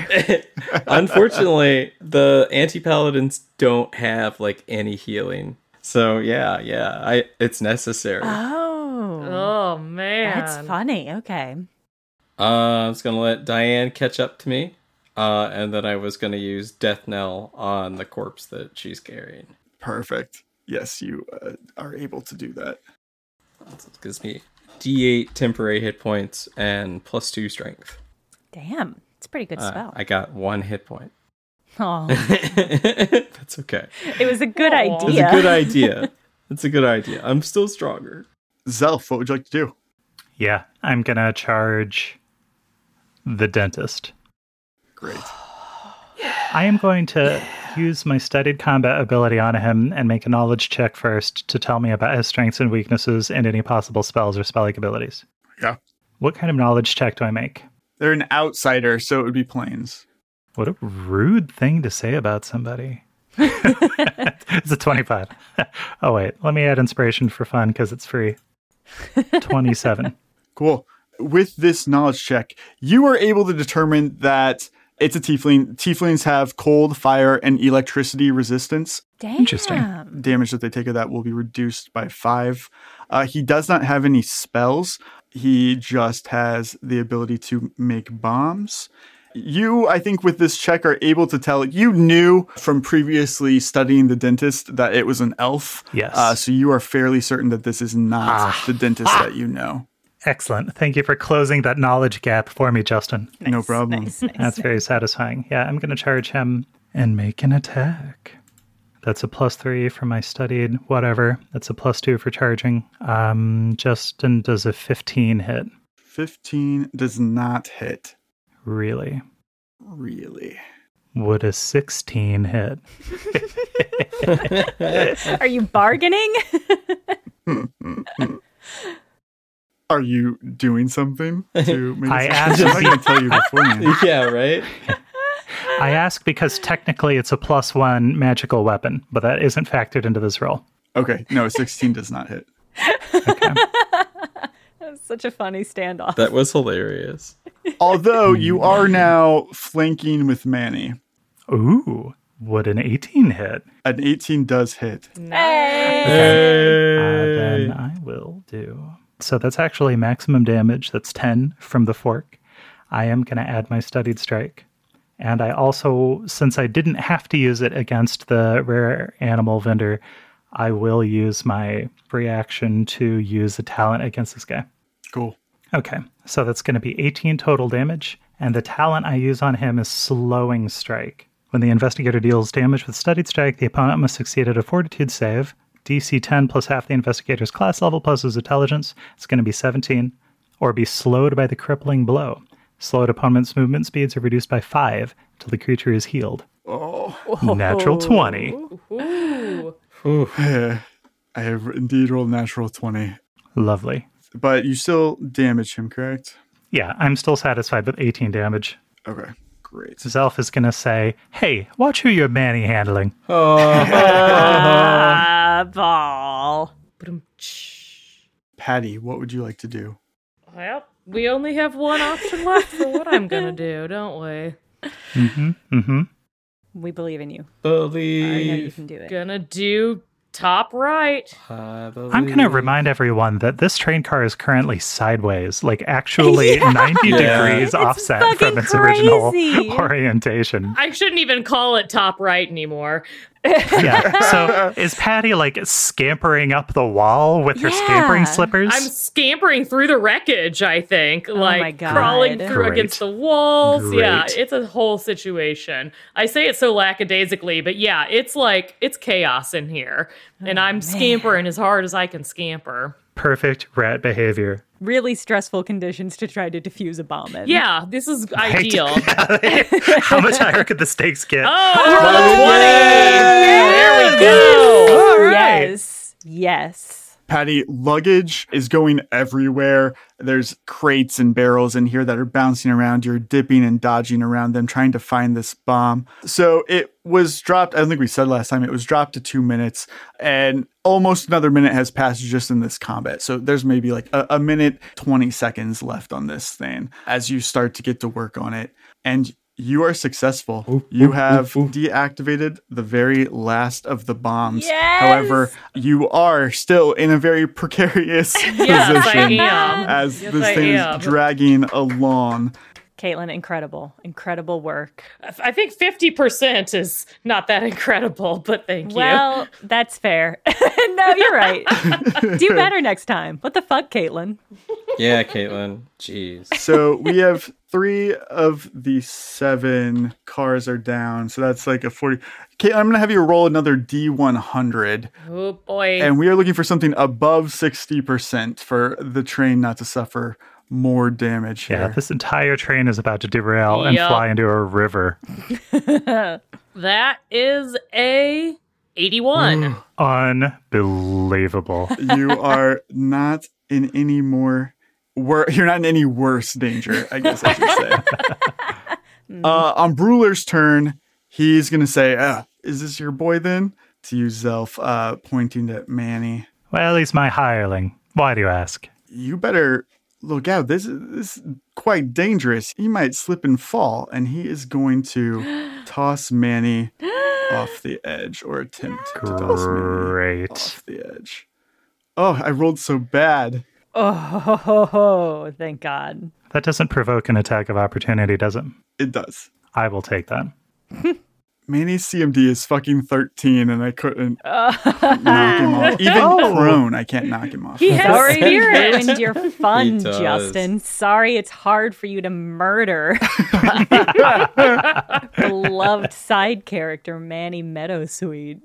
[SPEAKER 2] Unfortunately, the anti paladins don't have like any healing. So yeah, yeah, I it's necessary.
[SPEAKER 1] Oh.
[SPEAKER 3] Oh, man.
[SPEAKER 1] That's funny. Okay.
[SPEAKER 2] Uh, I was gonna let Diane catch up to me, uh, and then I was gonna use Death Knell on the corpse that she's carrying.
[SPEAKER 5] Perfect. Yes, you uh, are able to do that.
[SPEAKER 2] It gives me D8 temporary hit points and plus two strength.
[SPEAKER 1] Damn. It's a pretty good
[SPEAKER 2] Uh,
[SPEAKER 1] spell.
[SPEAKER 2] I got one hit point.
[SPEAKER 1] oh.
[SPEAKER 2] That's okay.
[SPEAKER 1] It was a good
[SPEAKER 2] It's
[SPEAKER 1] idea.
[SPEAKER 2] a good idea. It's a good idea. I'm still stronger.
[SPEAKER 5] Zelf, what would you like to do?
[SPEAKER 4] Yeah, I'm gonna charge the dentist.
[SPEAKER 5] Great.
[SPEAKER 4] I am going to use my studied combat ability on him and make a knowledge check first to tell me about his strengths and weaknesses and any possible spells or spell abilities.
[SPEAKER 5] Yeah.
[SPEAKER 4] What kind of knowledge check do I make?
[SPEAKER 5] They're an outsider, so it would be planes.
[SPEAKER 4] What a rude thing to say about somebody. it's a 25. oh, wait. Let me add inspiration for fun because it's free. 27.
[SPEAKER 5] Cool. With this knowledge check, you are able to determine that it's a tiefling. Tieflings have cold, fire, and electricity resistance.
[SPEAKER 1] Damn.
[SPEAKER 4] Interesting.
[SPEAKER 5] Damage that they take of that will be reduced by five. Uh, he does not have any spells. He just has the ability to make bombs. You, I think, with this check, are able to tell you knew from previously studying the dentist that it was an elf.
[SPEAKER 4] Yes. Ah.
[SPEAKER 5] Uh, so you are fairly certain that this is not the dentist that you know.
[SPEAKER 4] Excellent. Thank you for closing that knowledge gap for me, Justin.
[SPEAKER 5] no problem.
[SPEAKER 4] That's very satisfying. Yeah, I'm going to charge him and make an attack. That's a plus three for my studied whatever. That's a plus two for charging. Um, Justin does a 15 hit.
[SPEAKER 5] 15 does not hit.
[SPEAKER 4] Really?
[SPEAKER 5] Really?
[SPEAKER 4] Would a 16 hit?
[SPEAKER 1] Are you bargaining?
[SPEAKER 5] Are you doing something to me?
[SPEAKER 4] I asked
[SPEAKER 5] I'm not going
[SPEAKER 4] if
[SPEAKER 5] to tell you beforehand.
[SPEAKER 2] yeah, right?
[SPEAKER 4] I ask because technically it's a plus one magical weapon, but that isn't factored into this roll.
[SPEAKER 5] Okay, no, 16 does not hit.
[SPEAKER 1] That's such a funny standoff.
[SPEAKER 2] That was hilarious.
[SPEAKER 5] Although you are now flanking with Manny.
[SPEAKER 4] Ooh, would an 18 hit?
[SPEAKER 5] An 18 does hit.
[SPEAKER 4] Uh, then I will do. So that's actually maximum damage. That's 10 from the fork. I am going to add my studied strike. And I also, since I didn't have to use it against the rare animal vendor, I will use my reaction to use a talent against this guy.
[SPEAKER 5] Cool.
[SPEAKER 4] Okay, so that's going to be 18 total damage, and the talent I use on him is Slowing Strike. When the investigator deals damage with Studied Strike, the opponent must succeed at a Fortitude save, DC 10 plus half the investigator's class level plus his intelligence. It's going to be 17, or be slowed by the crippling blow. Slowed opponent's movement speeds are reduced by 5 till the creature is healed. Oh. Natural 20.
[SPEAKER 3] Ooh.
[SPEAKER 5] I have indeed rolled natural 20.
[SPEAKER 4] Lovely.
[SPEAKER 5] But you still damage him, correct?
[SPEAKER 4] Yeah, I'm still satisfied with 18 damage.
[SPEAKER 5] Okay, great.
[SPEAKER 4] Zelf is going to say, Hey, watch who you're manny handling.
[SPEAKER 2] Oh,
[SPEAKER 1] Ah, ball.
[SPEAKER 5] Patty, what would you like to do?
[SPEAKER 3] Well, we only have one option left for what I'm gonna do, don't we?
[SPEAKER 4] Mm-hmm. Mm-hmm.
[SPEAKER 1] We believe in you. I know you
[SPEAKER 2] Believe.
[SPEAKER 1] can do it.
[SPEAKER 3] Gonna do top right.
[SPEAKER 2] I believe.
[SPEAKER 4] I'm going to remind everyone that this train car is currently sideways, like actually 90
[SPEAKER 2] Yeah.
[SPEAKER 4] degrees offset
[SPEAKER 1] fucking
[SPEAKER 4] from its original
[SPEAKER 1] crazy.
[SPEAKER 4] orientation.
[SPEAKER 3] I shouldn't even call it top right anymore.
[SPEAKER 4] yeah. So is Patty like scampering up the wall with her scampering slippers?
[SPEAKER 3] I'm scampering through the wreckage, I think. Like
[SPEAKER 4] God.
[SPEAKER 3] crawling through
[SPEAKER 4] Great.
[SPEAKER 3] against the walls. Yeah,
[SPEAKER 4] Great.
[SPEAKER 3] it's a whole situation. I say it so lackadaisically, but yeah, it's like it's chaos in here. And I'm scampering as hard as I can scamper.
[SPEAKER 4] Perfect rat behavior.
[SPEAKER 1] Really stressful conditions to try to defuse a bomb in.
[SPEAKER 3] Yeah, this is
[SPEAKER 4] Right.
[SPEAKER 3] ideal.
[SPEAKER 4] How much higher could the stakes get?
[SPEAKER 3] There we go.
[SPEAKER 5] All right.
[SPEAKER 1] Yes. Yes.
[SPEAKER 5] Patty, luggage is going everywhere. There's crates and barrels in here that are bouncing around. You're dipping and dodging around them, trying to find this bomb. So it was dropped. I don't think we said last time it was dropped to two minutes, and almost another minute has passed just in this combat. So there's maybe like a, a minute, 20 seconds left on this thing as you start to get to work on it. And you are successful. you have deactivated the very last of the bombs.
[SPEAKER 8] Yes!
[SPEAKER 5] However, you are still in a very precarious
[SPEAKER 1] Yes, I
[SPEAKER 5] position
[SPEAKER 1] am.
[SPEAKER 5] as
[SPEAKER 1] Yes,
[SPEAKER 5] this
[SPEAKER 1] I
[SPEAKER 5] thing
[SPEAKER 1] am.
[SPEAKER 5] is dragging along.
[SPEAKER 1] Caitlin, incredible. Incredible work.
[SPEAKER 3] I think 50% is not that incredible, but thank you.
[SPEAKER 1] Well, that's fair. no, you're right. Do better next time. What the fuck, Caitlin?
[SPEAKER 2] Yeah, Caitlin. Jeez.
[SPEAKER 5] So we have three of the seven cars are down. So that's like a 40. Okay, I'm going to have you roll another D100.
[SPEAKER 3] Oh boy.
[SPEAKER 5] And we are looking for something above 60% for the train not to suffer more damage here.
[SPEAKER 4] Yeah, this entire train is about to derail and
[SPEAKER 3] Yup.
[SPEAKER 4] fly into a river.
[SPEAKER 3] that is a 81.
[SPEAKER 4] Unbelievable.
[SPEAKER 5] you are not in any more wor- you're not in any worse danger i guess i should say uh, on Bruler's turn he's gonna say uh, is this your boy then to you zelf uh, pointing at manny
[SPEAKER 4] Well, he's my hireling. Why do you ask?
[SPEAKER 5] you better look out this is, this is quite dangerous he might slip and fall and he is going to toss manny off the edge or attempt to toss manny
[SPEAKER 4] Great.
[SPEAKER 5] off the edge oh i rolled so bad
[SPEAKER 1] Oh, ho, ho, ho. thank God.
[SPEAKER 4] That doesn't provoke an attack of opportunity, does it?
[SPEAKER 5] It does.
[SPEAKER 4] I will take that.
[SPEAKER 5] Manny's CMD is fucking 13, and I couldn't knock him off. Even
[SPEAKER 1] Oh.
[SPEAKER 5] prone, I can't knock him off.
[SPEAKER 1] He has
[SPEAKER 3] Sorry. spirit.
[SPEAKER 1] ruined your fun,
[SPEAKER 5] He does.
[SPEAKER 1] Justin. Sorry, it's hard for you to murder beloved side character Manny Meadowsweet.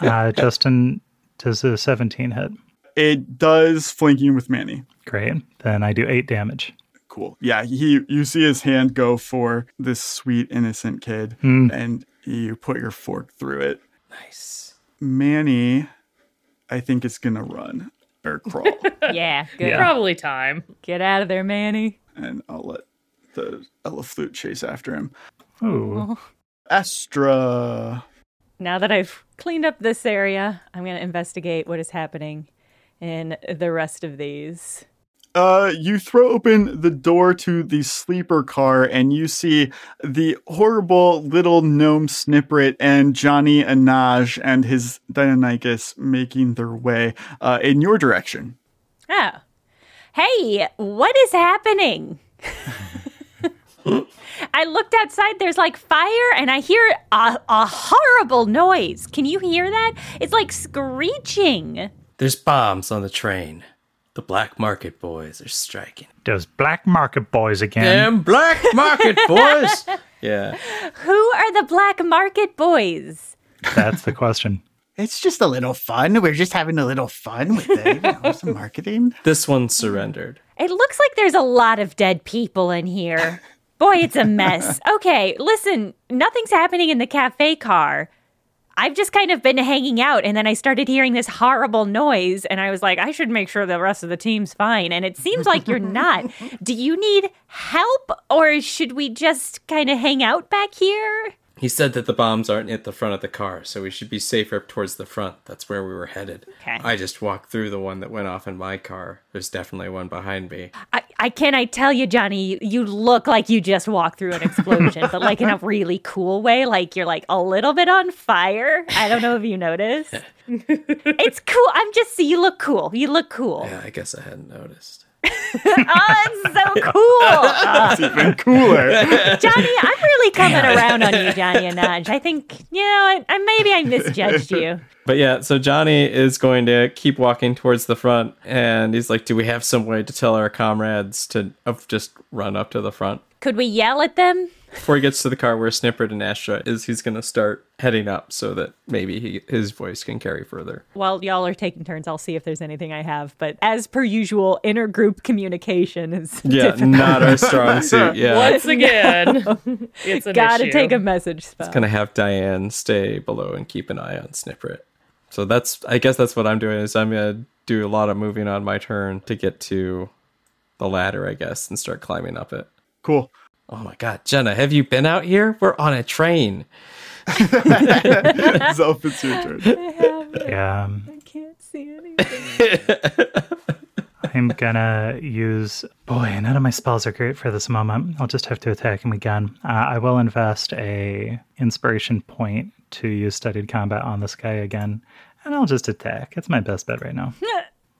[SPEAKER 4] Uh, Justin, does a 17 hit?
[SPEAKER 5] It does flanking with Manny.
[SPEAKER 4] Great. Then I do 8 damage.
[SPEAKER 5] Cool. Yeah, he. You see his hand go for this sweet innocent kid,
[SPEAKER 4] Hmm.
[SPEAKER 5] and you put your fork through it. Nice. Manny, I think it's gonna run or crawl,
[SPEAKER 1] Yeah, good.
[SPEAKER 5] Yeah.
[SPEAKER 3] Probably time.
[SPEAKER 1] Get out of there, Manny.
[SPEAKER 5] and I'll let the eleflute chase after him.
[SPEAKER 4] Ooh.
[SPEAKER 5] Astra.
[SPEAKER 1] Now that I've cleaned up this area, I'm going to investigate what is happening in the rest of these.
[SPEAKER 5] Uh, you throw open the door to the sleeper car, and you see the horrible little gnome Sniprit and Johnny Anaj and his Deinonychus making their way uh, in your direction.
[SPEAKER 1] Oh. Hey, what is happening? I looked outside, there's like fire, and I hear a, a horrible noise. Can you hear that? It's like screeching.
[SPEAKER 2] There's bombs on the train. The black market boys are striking.
[SPEAKER 4] Those black market boys again.
[SPEAKER 2] Them black market boys. yeah.
[SPEAKER 1] Who are the black market boys?
[SPEAKER 4] That's the question.
[SPEAKER 9] It's just a little fun. We're just having a little fun with the, you know, some marketing.
[SPEAKER 2] This one surrendered.
[SPEAKER 1] It looks like there's a lot of dead people in here. Boy, it's a mess. Okay, listen, nothing's happening in the cafe car. I've just kind of been hanging out, and then I started hearing this horrible noise, and I was like, I should make sure the rest of the team's fine. And it seems like you're not. Do you need help, or should we just kind of hang out back here?
[SPEAKER 2] He said that the bombs aren't at the front of the car, so we should be safer up towards the front. That's where we were headed.
[SPEAKER 1] Okay.
[SPEAKER 2] I just walked through the one that went off in my car. There's definitely one behind me.
[SPEAKER 1] I, I can I tell you, Johnny, you, you look like you just walked through an explosion, but like in a really cool way. Like you're like a little bit on fire. I don't know if you noticed. it's cool. I'm just you look cool. You look cool.
[SPEAKER 2] Yeah, I guess I hadn't noticed.
[SPEAKER 1] oh, it's so cool.
[SPEAKER 5] It's even cooler.
[SPEAKER 1] Johnny, I'm really coming
[SPEAKER 2] Damn.
[SPEAKER 1] around on you, Johnny and Anj. I think, you know, I, I, maybe I misjudged you.
[SPEAKER 2] But yeah, so Johnny is going to keep walking towards the front, and he's like, "Do we have some way to tell our comrades to of just run up to the front?"
[SPEAKER 1] Could we yell at them?
[SPEAKER 2] Before he gets to the car where Snippet and Astra is, he's going to start heading up so that maybe he, his voice can carry further.
[SPEAKER 1] While y'all are taking turns, I'll see if there's anything I have. But as per usual, intergroup communication is
[SPEAKER 2] Yeah,
[SPEAKER 1] difficult.
[SPEAKER 2] not our strong suit, yeah. Once
[SPEAKER 3] again, it's an
[SPEAKER 1] gotta
[SPEAKER 3] issue.
[SPEAKER 1] take a message spell.
[SPEAKER 2] It's going to have Diane stay below and keep an eye on Snippet. So that's, I guess, that's what I'm doing. Is I'm going to do a lot of moving on my turn to get to the ladder, I guess, and start climbing up it.
[SPEAKER 5] Cool.
[SPEAKER 2] Oh my God, Jenna, have you been out here? We're on a train.
[SPEAKER 5] Zelf, it's your turn.
[SPEAKER 4] Yeah.
[SPEAKER 1] I can't see anything.
[SPEAKER 4] I'm gonna use. Boy, none of my spells are great for this moment. I'll just have to attack him again. Uh, I will invest a inspiration point to use studied combat on this guy again, and I'll just attack. It's my best bet right now.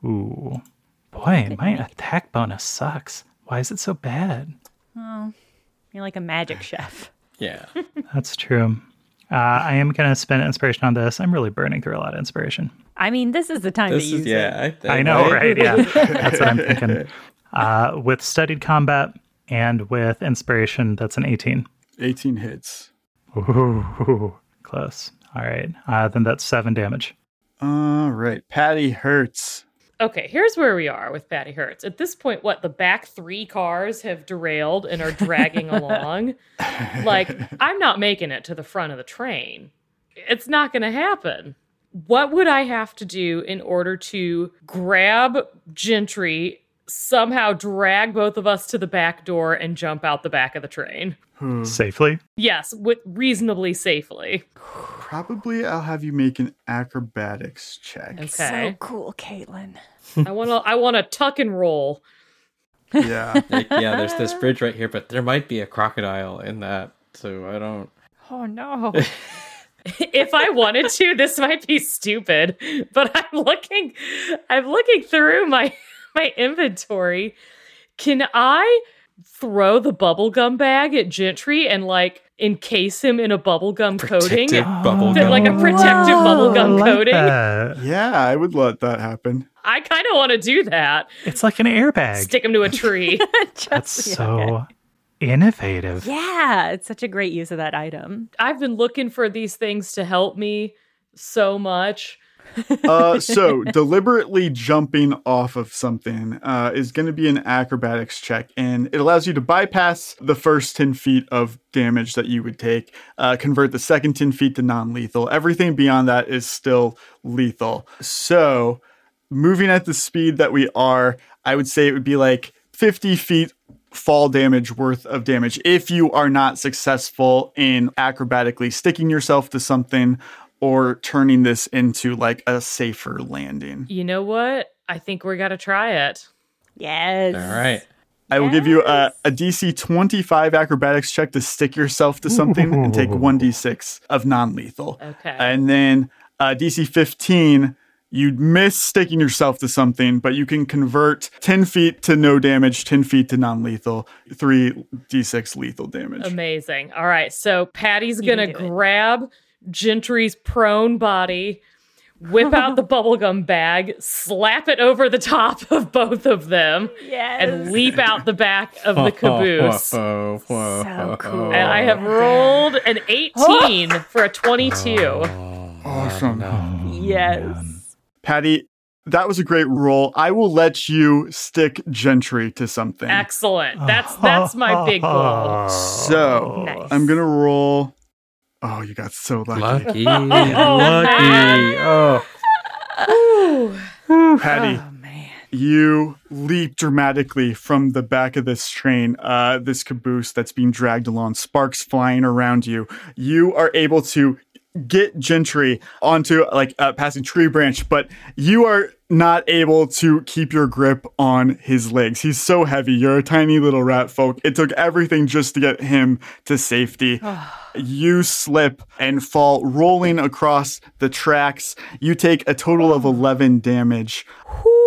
[SPEAKER 4] Ooh, boy, my attack bonus sucks. Why is it so bad?
[SPEAKER 1] oh, you're like a magic chef.
[SPEAKER 2] Yeah.
[SPEAKER 4] That's true. Uh, I am gonna spend inspiration on this. I'm really burning through a lot of inspiration.
[SPEAKER 1] I mean, this is the time
[SPEAKER 2] This
[SPEAKER 1] to
[SPEAKER 2] is-
[SPEAKER 1] use
[SPEAKER 2] yeah,
[SPEAKER 1] it.
[SPEAKER 2] I think.
[SPEAKER 4] I know, right? Yeah, that's what I'm thinking. Uh, with studied combat and with inspiration, that's an 18.
[SPEAKER 5] 18 hits.
[SPEAKER 4] Ooh, close. All right. Uh, then that's seven damage.
[SPEAKER 5] All right. Patty hurts.
[SPEAKER 3] Okay, here's where we are with Patty Hertz. At this point, what the back three cars have derailed and are dragging along. Like, I'm not making it to the front of the train. It's not going to happen. What would I have to do in order to grab Gentry, somehow drag both of us to the back door, and jump out the back of the train?
[SPEAKER 4] Safely.
[SPEAKER 3] Yes, with reasonably safely.
[SPEAKER 5] Probably I'll have you make an acrobatics check.
[SPEAKER 3] Okay.
[SPEAKER 1] cool, Caitlin.
[SPEAKER 3] I want to. I want to tuck and roll.
[SPEAKER 5] Yeah.
[SPEAKER 2] Like, yeah, there's this bridge right here, but there might be a crocodile in that. So I don't.
[SPEAKER 1] Oh no.
[SPEAKER 3] if I wanted to, this might be stupid, but I'm looking I'm looking through my my inventory. Can I throw the bubblegum bag at Gentry and like encase him in a bubblegum coating?
[SPEAKER 2] Protective bubble
[SPEAKER 3] That,
[SPEAKER 2] gum.
[SPEAKER 3] Oh. like a protective bubblegum coating?
[SPEAKER 4] Uh,
[SPEAKER 5] Yeah, I would let that happen.
[SPEAKER 3] I kind of want to do that.
[SPEAKER 4] It's like an airbag.
[SPEAKER 3] Stick him to a tree.
[SPEAKER 4] that's so innovative.
[SPEAKER 1] yeah, it's such a great use of that item.
[SPEAKER 3] I've been looking for these things to help me so much.
[SPEAKER 5] Uh, so deliberately jumping off of something uh, is going to be an acrobatics check, and it allows you to bypass the first ten feet of damage that you would take. Uh, convert the second ten feet to non-lethal. Everything beyond that is still lethal. So, moving at the speed that we are, I would say it would be like fifty feet fall damage worth of damage if you are not successful in acrobatically sticking yourself to something or turning this into like a safer landing.
[SPEAKER 3] You know what? I think we got to try it.
[SPEAKER 1] Yes.
[SPEAKER 2] All right.
[SPEAKER 5] I will give you a, a DC 25 acrobatics check to stick yourself to something and take 1d6 of non lethal.
[SPEAKER 3] Okay.
[SPEAKER 5] And then uh, DC 15, you miss sticking yourself to something, but you can convert 10 feet to no damage, 10 feet to non lethal, 3d6 lethal damage.
[SPEAKER 3] Amazing. All right. So Patty's
[SPEAKER 1] can
[SPEAKER 3] going to
[SPEAKER 1] do it.
[SPEAKER 3] grab Gentry's prone body, whip out the bubblegum bag, slap it over the top of both of them,
[SPEAKER 1] Yes.
[SPEAKER 3] and leap out the back of the caboose. And
[SPEAKER 2] Oh, whoa,
[SPEAKER 1] So cool.
[SPEAKER 3] I have rolled an 18 for a 22.
[SPEAKER 5] awesome.
[SPEAKER 2] Oh,
[SPEAKER 1] Yes.
[SPEAKER 5] Patty, that was a great roll. I will let you stick Gentry to something.
[SPEAKER 3] Excellent. That's that's my big goal.
[SPEAKER 5] so
[SPEAKER 1] Nice.
[SPEAKER 5] I'm going to roll. Oh, you got so lucky.
[SPEAKER 2] Lucky.
[SPEAKER 3] Oh,
[SPEAKER 2] lucky. Oh.
[SPEAKER 5] Patty, you leap dramatically from the back of this train, uh, this caboose that's being dragged along, sparks flying around you. You are able to get Gentry onto like a passing tree branch, but you are not able to keep your grip on his legs. He's so heavy. You're a tiny little rat folk. It took everything just to get him to safety. you slip and fall rolling across the tracks. You take a total of 11 damage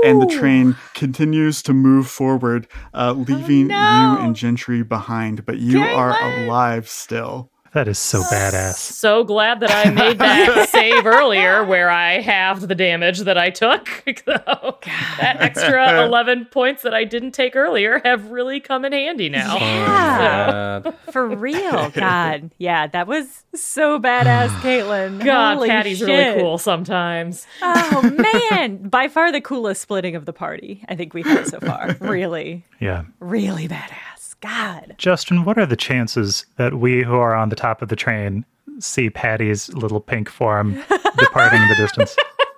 [SPEAKER 5] and the train continues to move forward, uh, leaving you and Gentry behind. But you are alive still.
[SPEAKER 4] That is so badass.
[SPEAKER 3] So glad that I made that save earlier where I halved the damage that I took. So that extra 11 points that I didn't take earlier have really come in handy now.
[SPEAKER 1] Yeah.
[SPEAKER 2] Uh,
[SPEAKER 1] For real, God. Yeah, that was so badass, Caitlin.
[SPEAKER 3] God,
[SPEAKER 1] Holy
[SPEAKER 3] Patty's
[SPEAKER 1] shit.
[SPEAKER 3] really cool sometimes.
[SPEAKER 1] Oh man, by far the coolest splitting of the party I think we've had so far. Really,
[SPEAKER 4] Yeah.
[SPEAKER 1] really badass. God.
[SPEAKER 4] Justin, what are the chances that we who are on the top of the train see Patty's little pink form departing in the distance?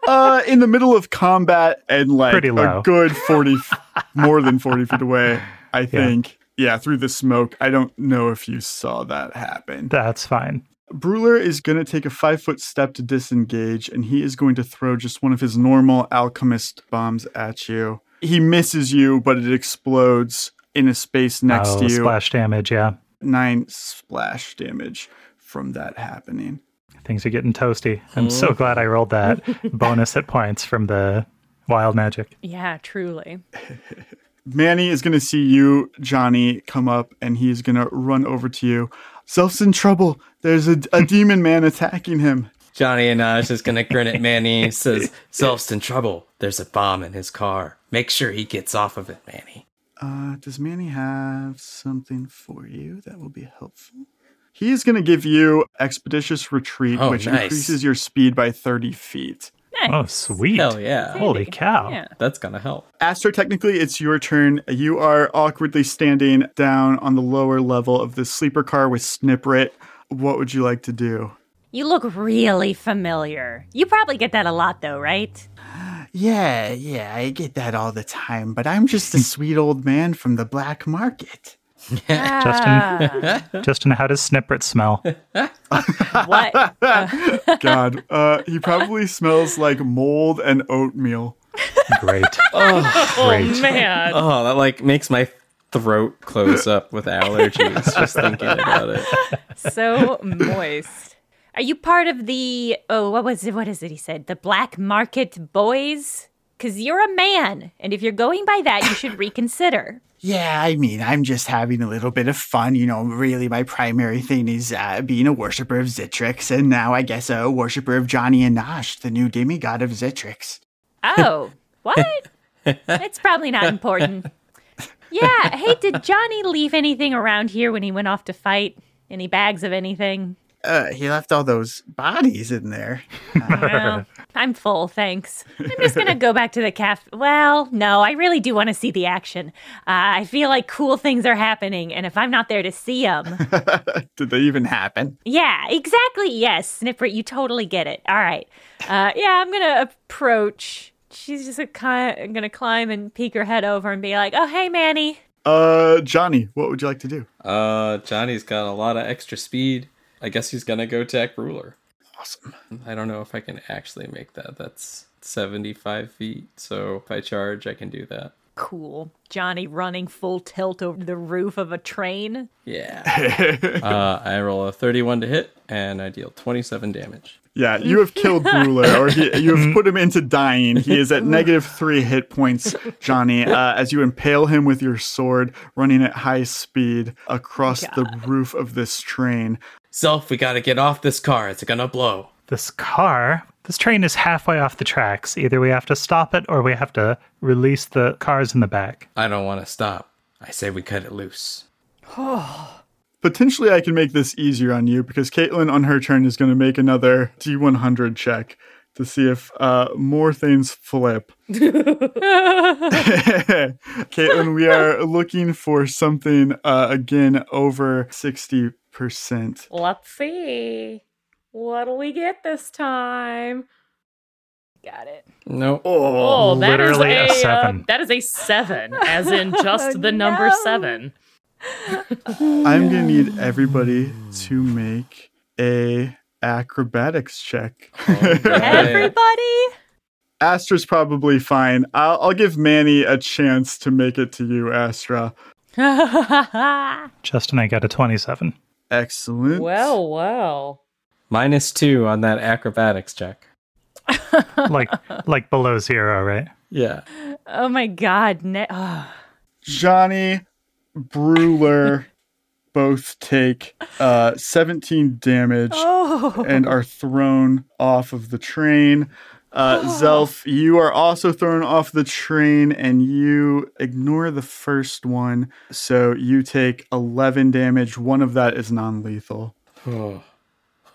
[SPEAKER 5] Uh, in the middle of combat and like
[SPEAKER 4] Pretty
[SPEAKER 5] a
[SPEAKER 4] low.
[SPEAKER 5] good forty, f- more than forty feet away, I think. Yeah. through the smoke. I don't know if you saw that happen.
[SPEAKER 4] That's fine.
[SPEAKER 5] Bruler is going to take a five foot step to disengage, and he is going to throw just one of his normal alchemist bombs at you. He misses you, but it explodes in a space next
[SPEAKER 4] oh,
[SPEAKER 5] to you.
[SPEAKER 4] Splash damage, yeah.
[SPEAKER 5] Nine splash damage from that happening.
[SPEAKER 4] Things are getting toasty. I'm so
[SPEAKER 5] Mm.
[SPEAKER 4] glad I rolled that bonus hit points from the wild magic.
[SPEAKER 1] Yeah, truly.
[SPEAKER 5] Manny is going to see you, Johnny, come up and he's going to run over to you. Self's in trouble. There's a, a demon man attacking him.
[SPEAKER 2] Johnny and I is just gonna grin at Manny. Says, "Self's in trouble. There's a bomb in his car. Make sure he gets off of it, Manny."
[SPEAKER 5] Uh, does Manny have something for you that will be helpful? He is going to give you Expeditious Retreat,
[SPEAKER 2] Oh,
[SPEAKER 5] which
[SPEAKER 2] nice.
[SPEAKER 5] increases your speed by 30 feet.
[SPEAKER 4] Oh, sweet.
[SPEAKER 2] Hell yeah!
[SPEAKER 4] Holy cow.
[SPEAKER 1] Yeah.
[SPEAKER 2] That's gonna help.
[SPEAKER 5] Astro, technically, it's your turn. You are awkwardly standing down on the lower level of the sleeper car with Sniprit. What would you like to do?
[SPEAKER 1] You look really familiar. You probably get that a lot though, right?
[SPEAKER 9] Yeah, yeah, I get that all the time, but I'm just a sweet old man from the black market.
[SPEAKER 4] Justin, Justin, how does Sniprit smell?
[SPEAKER 1] what?
[SPEAKER 5] God, uh, he probably smells like mold and oatmeal.
[SPEAKER 4] Great.
[SPEAKER 2] Oh,
[SPEAKER 3] Great. man.
[SPEAKER 2] Oh, that like makes my throat close up with allergies just thinking about it.
[SPEAKER 1] So moist. Are you part of the oh what was it what is it he said? The black market boys? Cause you're a man, and if you're going by that, you should reconsider.
[SPEAKER 9] Yeah, I mean, I'm just having a little bit of fun. You know, really, my primary thing is uh, being a worshiper of Zitrix, and now I guess a worshiper of Johnny Anash, the new demigod of Zitrix.
[SPEAKER 1] Oh, what? It's probably not important. Yeah. Hey, did Johnny leave anything around here when he went off to fight? Any bags of anything?
[SPEAKER 9] Uh, he left all those bodies in there.
[SPEAKER 1] Well, I'm full, thanks. I'm just gonna go back to the caf. Well, no, I really do want to see the action. Uh, I feel like cool things are happening, and if I'm not there to see them,
[SPEAKER 5] Did they even happen?
[SPEAKER 1] yeah, exactly. Yes, Snipper, you totally get it. All right. Uh, yeah, I'm gonna approach. She's just a ki- gonna climb and peek her head over and be like, "Oh, hey, Manny."
[SPEAKER 5] Uh, Johnny, what would you like to do?
[SPEAKER 2] Uh, Johnny's got a lot of extra speed. I guess he's gonna go attack Ruler.
[SPEAKER 5] Awesome.
[SPEAKER 2] I don't know if I can actually make that. That's 75 feet. So if I charge, I can do that.
[SPEAKER 1] cool. Johnny running full tilt over the roof of a train.
[SPEAKER 2] Yeah. uh, I roll a 31 to hit, and I deal 27 damage.
[SPEAKER 5] Yeah, you have killed Bruler, or he, you have put him into dying. He is at negative three hit points, Johnny, uh, as you impale him with your sword, running at high speed across the roof of this train.
[SPEAKER 2] Self, we gotta get off this car. It's gonna blow.
[SPEAKER 4] This car, this train is halfway off the tracks. Either we have to stop it or we have to release the cars in the back.
[SPEAKER 2] I don't want to stop. I say we cut it loose.
[SPEAKER 5] Potentially, I can make this easier on you because Caitlin, on her turn, is going to make another D100 check to see if uh, more things flip. Caitlin, we are looking for something uh, again over 60%.
[SPEAKER 3] Let's see. What'll we get this time? Got it.
[SPEAKER 2] No.
[SPEAKER 3] Oh, that is
[SPEAKER 4] literally a
[SPEAKER 3] uh,
[SPEAKER 4] seven.
[SPEAKER 3] that is a seven, as in just the number seven.
[SPEAKER 5] I'm going to need everybody to make a acrobatics check.
[SPEAKER 1] Everybody,
[SPEAKER 5] Astra's probably fine. I'll, I'll give Manny a chance to make it to you, Astra.
[SPEAKER 4] Justin, I got a 27.
[SPEAKER 5] Excellent.
[SPEAKER 3] Well, well.
[SPEAKER 2] Minus two on that acrobatics check.
[SPEAKER 4] Like like below zero, right?
[SPEAKER 2] Yeah.
[SPEAKER 1] Oh my God. Ne- oh.
[SPEAKER 5] Johnny Brewer both take uh, 17 damage
[SPEAKER 1] Oh.
[SPEAKER 5] and are thrown off of the train. Uh, Zelf, you are also thrown off the train and you ignore the first one. So you take 11 damage. One of that is non lethal.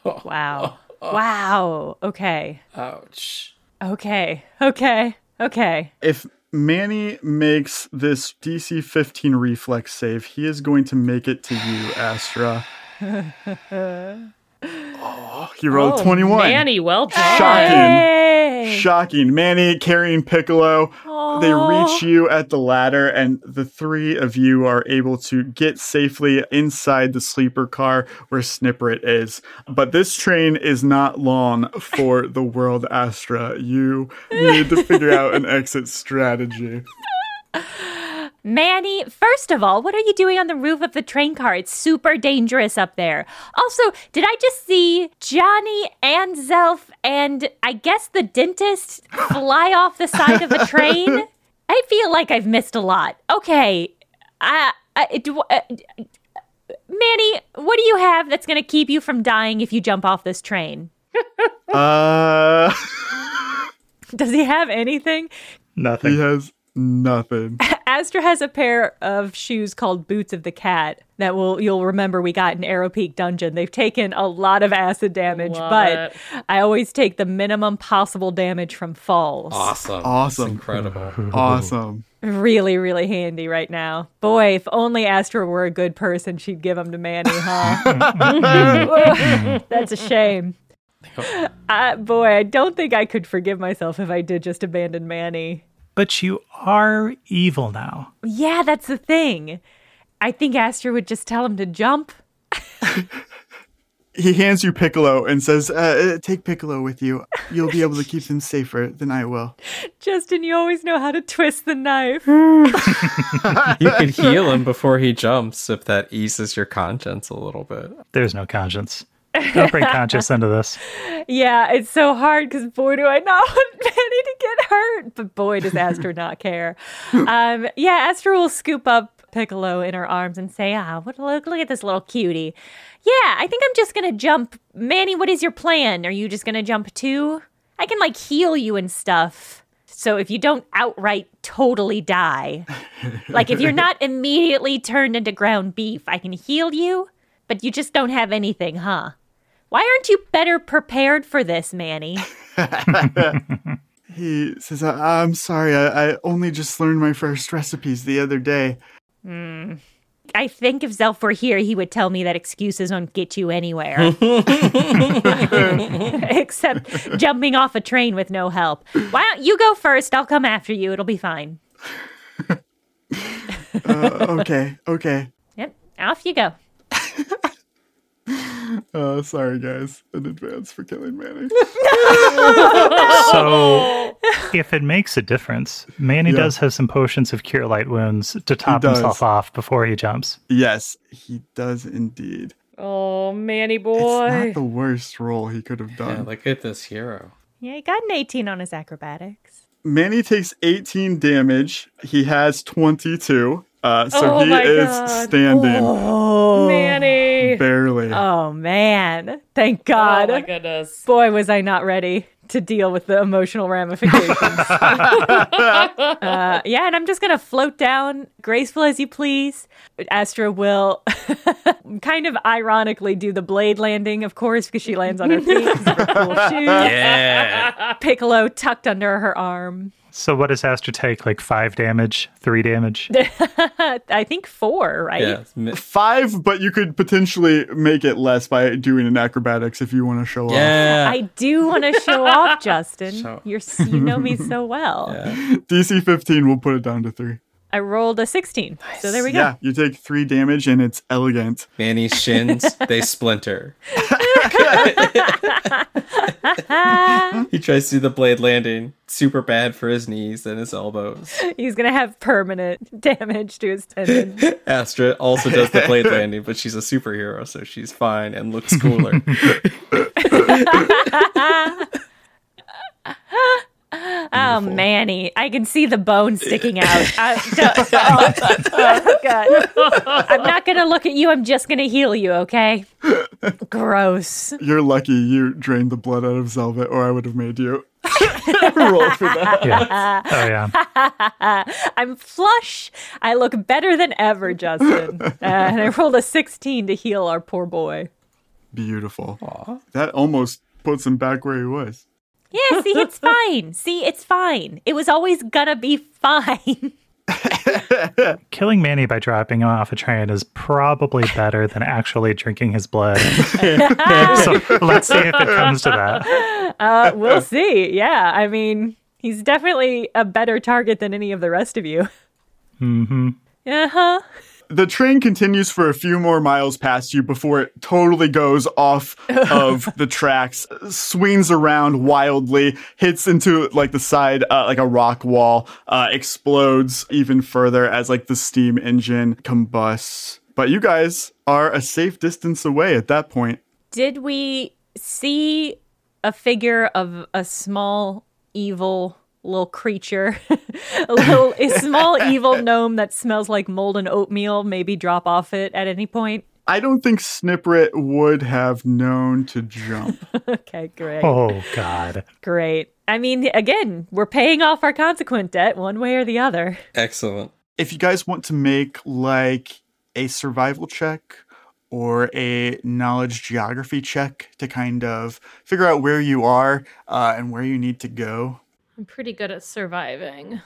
[SPEAKER 1] Wow. Wow. Okay.
[SPEAKER 2] Ouch.
[SPEAKER 1] Okay. Okay. Okay.
[SPEAKER 5] If Manny makes this DC 15 reflex save, he is going to make it to you, Astra. He rolled
[SPEAKER 3] Oh,
[SPEAKER 5] 21.
[SPEAKER 3] Manny, well done.
[SPEAKER 1] Eh.
[SPEAKER 5] Shocking. Shocking. Manny carrying Piccolo. They reach you at the ladder, and the three of you are able to get safely inside the sleeper car where Snippet is. But this train is not long for the world, Astra. You need to figure out an exit strategy.
[SPEAKER 1] Manny, first of all, what are you doing on the roof of the train car? It's super dangerous up there. Also, did I just see Johnny and Zelf and I guess the dentist fly off the side of a train? I feel like I've missed a lot. Okay. I, I, do, uh, Manny, what do you have that's going to keep you from dying if you jump off this train?
[SPEAKER 5] Uh,
[SPEAKER 1] Does he have anything?
[SPEAKER 4] Nothing.
[SPEAKER 5] He has nothing.
[SPEAKER 1] Astra has a pair of shoes called Boots of the Cat that will you'll remember we got in Arrow Peak Dungeon. They've taken a lot of acid damage,
[SPEAKER 3] Love
[SPEAKER 1] but I always take the minimum possible damage from falls.
[SPEAKER 2] Awesome.
[SPEAKER 5] Awesome.
[SPEAKER 2] That's incredible.
[SPEAKER 5] Awesome.
[SPEAKER 1] Really, really handy right now. Boy, if only Astra were a good person, she'd give them to Manny, huh? That's a shame. Uh, boy, I don't think I could forgive myself if I did just abandon Manny.
[SPEAKER 4] But you are evil now.
[SPEAKER 1] Yeah, that's the thing. I think Astra would just tell him to jump.
[SPEAKER 5] He hands you Piccolo and says, uh, uh, Take Piccolo with you. You'll be able to keep them safer than I will.
[SPEAKER 1] Justin, you always know how to twist the knife.
[SPEAKER 2] You could heal him before he jumps if that eases your conscience a little bit.
[SPEAKER 4] There's no conscience. Don't bring conscience into this.
[SPEAKER 1] yeah, it's so hard because boy, do I not want Manny to get hurt. But boy, does Astra not care. Um, yeah, Astra will scoop up Piccolo in her arms and say, "Ah, what look, look at this little cutie." Yeah, I think I'm just gonna jump. Manny, what is your plan? Are you just gonna jump too? I can like heal you and stuff. So if you don't outright totally die, like if you're not immediately turned into ground beef, I can heal you, but you just don't have anything, huh? Why aren't you better prepared for this, Manny?
[SPEAKER 5] He says, I- I'm sorry, I-, I only just learned my first recipes the other day.
[SPEAKER 1] I think if Zelf were here, he would tell me that excuses don't get you anywhere. Except jumping off a train with no help. Why don't you go first? I'll come after you. It'll be fine.
[SPEAKER 5] Uh, okay, okay.
[SPEAKER 1] Yep, off you go.
[SPEAKER 5] Uh, sorry, guys, in advance for killing Manny.
[SPEAKER 4] So, if it makes a difference, Manny does have some potions of cure light wounds to top
[SPEAKER 5] does.
[SPEAKER 4] himself off before he jumps.
[SPEAKER 5] yes, he does indeed.
[SPEAKER 3] Oh, Manny
[SPEAKER 5] It's
[SPEAKER 3] boy.
[SPEAKER 5] not the worst role he could have done.
[SPEAKER 2] Yeah, look at this hero.
[SPEAKER 1] Yeah, he got an 18 on his acrobatics.
[SPEAKER 5] Manny takes 18 damage. He has 22. Uh, so
[SPEAKER 3] Oh
[SPEAKER 5] he
[SPEAKER 3] my
[SPEAKER 5] is
[SPEAKER 3] God.
[SPEAKER 5] standing
[SPEAKER 1] Oh,
[SPEAKER 3] Manny.
[SPEAKER 5] barely.
[SPEAKER 3] Uh.
[SPEAKER 1] Oh, man. Thank
[SPEAKER 3] Oh
[SPEAKER 1] God.
[SPEAKER 3] my goodness.
[SPEAKER 1] Boy, was I not ready to deal with the emotional ramifications. uh, yeah, and I'm just going to float down, graceful as you please. Astra will kind of ironically do the blade landing, of course, because she lands on her feet. 'cause of her cool shoes.
[SPEAKER 2] Yeah.
[SPEAKER 1] Piccolo tucked under her arm.
[SPEAKER 4] So, what does Astra take? Like five damage, three damage?
[SPEAKER 1] I think four, right?
[SPEAKER 2] yeah. it's mi-
[SPEAKER 5] Five, but you could potentially make it less by doing an acrobatics if you want to show
[SPEAKER 2] Yeah.
[SPEAKER 1] I do want to show off, Justin.
[SPEAKER 2] Show-
[SPEAKER 1] You're, s- you know me so well.
[SPEAKER 2] yeah.
[SPEAKER 5] off. DC 15 will put it down to three.
[SPEAKER 1] I rolled a 16. So there we go.
[SPEAKER 5] Yeah, you take three damage and it's elegant.
[SPEAKER 2] Manny's shins, they splinter. he tries to do the blade landing. Super bad for his knees and his elbows.
[SPEAKER 1] He's going to have permanent damage to his tendons.
[SPEAKER 2] Astra also does the blade landing, but she's a superhero, so she's fine and looks cooler.
[SPEAKER 1] Oh, Manny, I can see the bone sticking out. I, don't- oh, oh, God. I'm not going to look at you. I'm just going to heal you, okay? Gross.
[SPEAKER 5] You're lucky you drained the blood out of Zelvet, or I would have made you roll for that.
[SPEAKER 4] Yeah. Oh, yeah.
[SPEAKER 1] Uh, I'm flush. I look better than ever, Justin. Uh, and I rolled a 16 to heal our poor boy.
[SPEAKER 5] Beautiful. That almost puts him back where he was.
[SPEAKER 1] Yeah, see, it's fine. See, it's fine. It was always gonna be fine.
[SPEAKER 4] Killing Manny by dropping him off a train is probably better than actually drinking his blood. so let's see if it comes to that.
[SPEAKER 1] Uh, we'll see. Yeah, I mean, he's definitely a better target than any of the rest of you.
[SPEAKER 4] Mm-hmm.
[SPEAKER 1] Uh huh.
[SPEAKER 5] The train continues for a few more miles past you before it totally goes off of the tracks, swings around wildly, hits into like the side, uh, like a rock wall, uh, explodes even further as like the steam engine combusts. But you guys are a safe distance away at that point.
[SPEAKER 1] Did we see a figure of a small, evil little creature? a little, a small, evil gnome that smells like mold and oatmeal maybe drop off it at any point?
[SPEAKER 5] I don't think Sniprit would have known to jump.
[SPEAKER 1] Okay, great.
[SPEAKER 4] Oh God.
[SPEAKER 1] Great. I mean, again, we're paying off our consequent debt one way or the other.
[SPEAKER 2] Excellent.
[SPEAKER 5] if you guys want to make like a survival check or a knowledge geography check to kind of figure out where you are uh, and where you need to go.
[SPEAKER 3] I'm pretty good at surviving.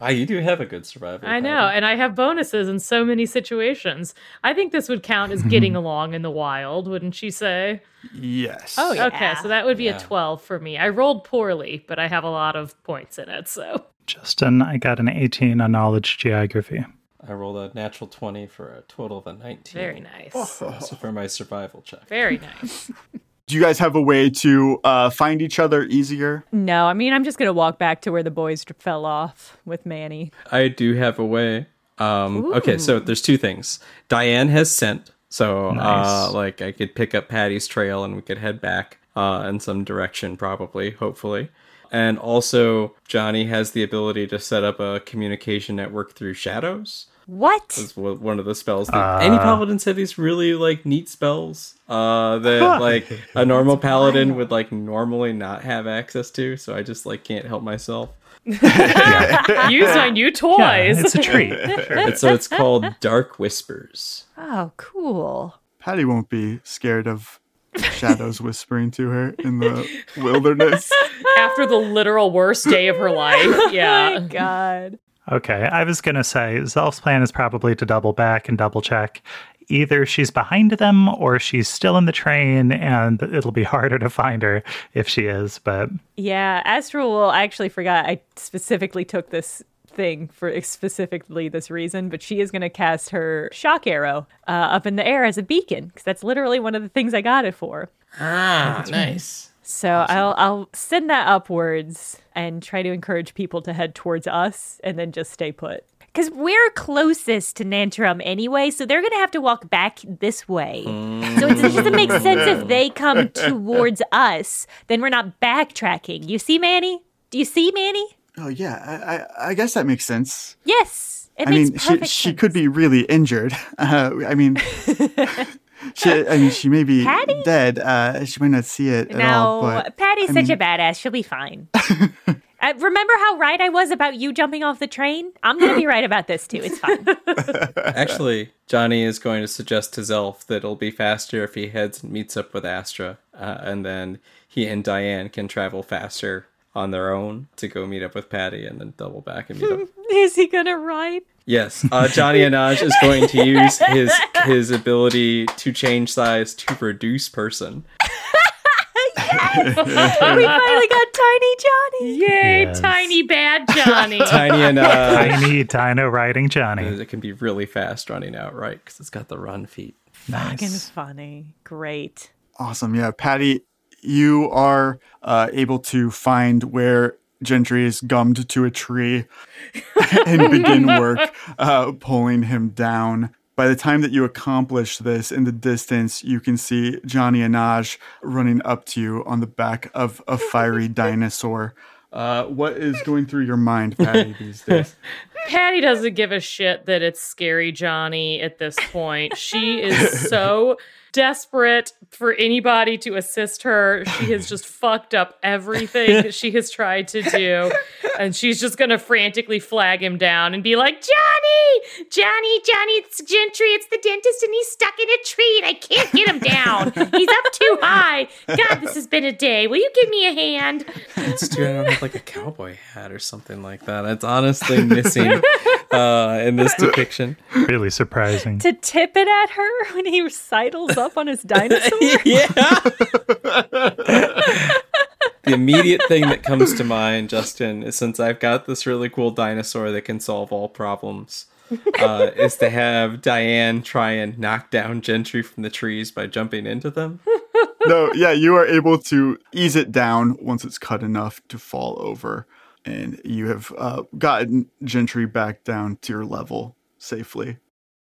[SPEAKER 2] Ah, you do have a good survival.
[SPEAKER 3] I know, and I have bonuses in so many situations. I think this would count as getting along in the wild, wouldn't you say?
[SPEAKER 5] Yes.
[SPEAKER 3] Okay, so that would be a 12 for me. I rolled poorly, but I have a lot of points in it, so.
[SPEAKER 4] Justin, I got an 18 on knowledge geography. Uh,
[SPEAKER 2] I rolled a natural 20 for a total of a 19.
[SPEAKER 3] Very nice.
[SPEAKER 2] So for my survival check.
[SPEAKER 3] Very nice.
[SPEAKER 5] Do you guys have a way to uh, find each other easier?
[SPEAKER 1] No, I mean, I'm just going to walk back to where the boys dr- fell off with Manny.
[SPEAKER 2] I do have a way. Um, okay, so there's two things. Diane has sent, so uh,
[SPEAKER 4] Nice.
[SPEAKER 2] like I could pick up Patty's trail and we could head back uh, in some direction, probably, hopefully. And also, Johnny has the ability to set up a communication network through shadows.
[SPEAKER 1] What?
[SPEAKER 2] That's wa- one of the spells. That, any paladins have these really like neat spells uh, that like a normal paladin would like normally not have access to. So I just like can't help myself.
[SPEAKER 3] Use my new
[SPEAKER 4] Yeah,
[SPEAKER 3] toys.
[SPEAKER 4] it's a treat.
[SPEAKER 2] And so it's called Dark Whispers.
[SPEAKER 1] Oh, cool.
[SPEAKER 5] Patty won't be scared of shadows whispering to her in the wilderness.
[SPEAKER 3] After the literal worst day of her life. Yeah.
[SPEAKER 1] God.
[SPEAKER 4] Okay, I was gonna say Zelf's plan is probably to double back and double check. Either she's behind them or she's still in the train, and it'll be harder to find her if she is. But
[SPEAKER 1] Yeah, Astral Wool, I actually forgot. I specifically took this thing for specifically this reason, but she is going to cast her shock arrow uh, up in the air as a beacon because that's literally one of the things I got it for.
[SPEAKER 2] Ah, nice.
[SPEAKER 1] So I'll I'll send that upwards and try to encourage people to head towards us and then just stay put. Because we're closest to Nantrum anyway, so they're going to have to walk back this way.
[SPEAKER 2] Hmm.
[SPEAKER 1] So it's, it
[SPEAKER 5] Mm.
[SPEAKER 1] doesn't make sense if they come towards us, then we're not backtracking. You see, Manny? Do you see, Manny?
[SPEAKER 5] oh, yeah, I, I, I guess that makes sense.
[SPEAKER 1] Yes. It
[SPEAKER 5] I
[SPEAKER 1] makes
[SPEAKER 5] mean, she,
[SPEAKER 1] perfect
[SPEAKER 5] she
[SPEAKER 1] sense.
[SPEAKER 5] could be really injured. Uh, I mean, she, I mean, she may be
[SPEAKER 1] Patty?
[SPEAKER 5] dead. Uh, she might not see it at all.
[SPEAKER 1] No,
[SPEAKER 5] But
[SPEAKER 1] Patty's such a badass. She'll be fine. uh, remember how right I was about you jumping off the train? I'm going to be right about this too. It's fine.
[SPEAKER 2] Actually, Johnny is going to suggest to Zelf that it'll be faster if he heads and meets up with Astra, uh, and then he and Diane can travel faster on their own to go meet up with Patty and then double back and meet up.
[SPEAKER 1] Is he going to ride?
[SPEAKER 2] Yes, uh, Johnny Anaj is going to use his his ability to change size to reduce person.
[SPEAKER 1] we finally got Tiny Johnny.
[SPEAKER 3] Yay,
[SPEAKER 4] Yes.
[SPEAKER 3] tiny bad Johnny.
[SPEAKER 2] Tiny Anaj.
[SPEAKER 4] tiny Dino riding Johnny.
[SPEAKER 2] It can be really fast running out, right? Because it's got the run feet.
[SPEAKER 1] Fucking
[SPEAKER 4] Nice.
[SPEAKER 1] funny. Great.
[SPEAKER 5] awesome, yeah, Patty, you are uh, able to find where Gentry is gummed to a tree and begin work uh, pulling him down. By the time that you accomplish this in the distance, you can see Johnny Anaj running up to you on the back of a fiery dinosaur. Uh, what is going through your mind, Patty, these days?
[SPEAKER 3] Patty doesn't give a shit that it's scary Johnny at this point. She is so desperate for anybody to assist her. She has just fucked up everything that she has tried to do. And she's just going to frantically flag him down and be like, Johnny, Johnny, Johnny, it's Gentry, it's the dentist, and he's stuck in a tree and I can't get him down. He's up too high. God, this has been a day. Will you give me a hand?
[SPEAKER 2] It's doing it with like a cowboy hat or something like that. That's honestly missing uh, in this depiction.
[SPEAKER 4] Really surprising.
[SPEAKER 1] to tip it at her when he sidles up on his dinosaur.
[SPEAKER 2] the immediate thing that comes to mind, Justin, is since I've got this really cool dinosaur that can solve all problems, uh, is to have Diane try and knock down Gentry from the trees by jumping into them.
[SPEAKER 5] no, yeah, you are able to ease it down once it's cut enough to fall over, and you have uh, gotten Gentry back down to your level safely.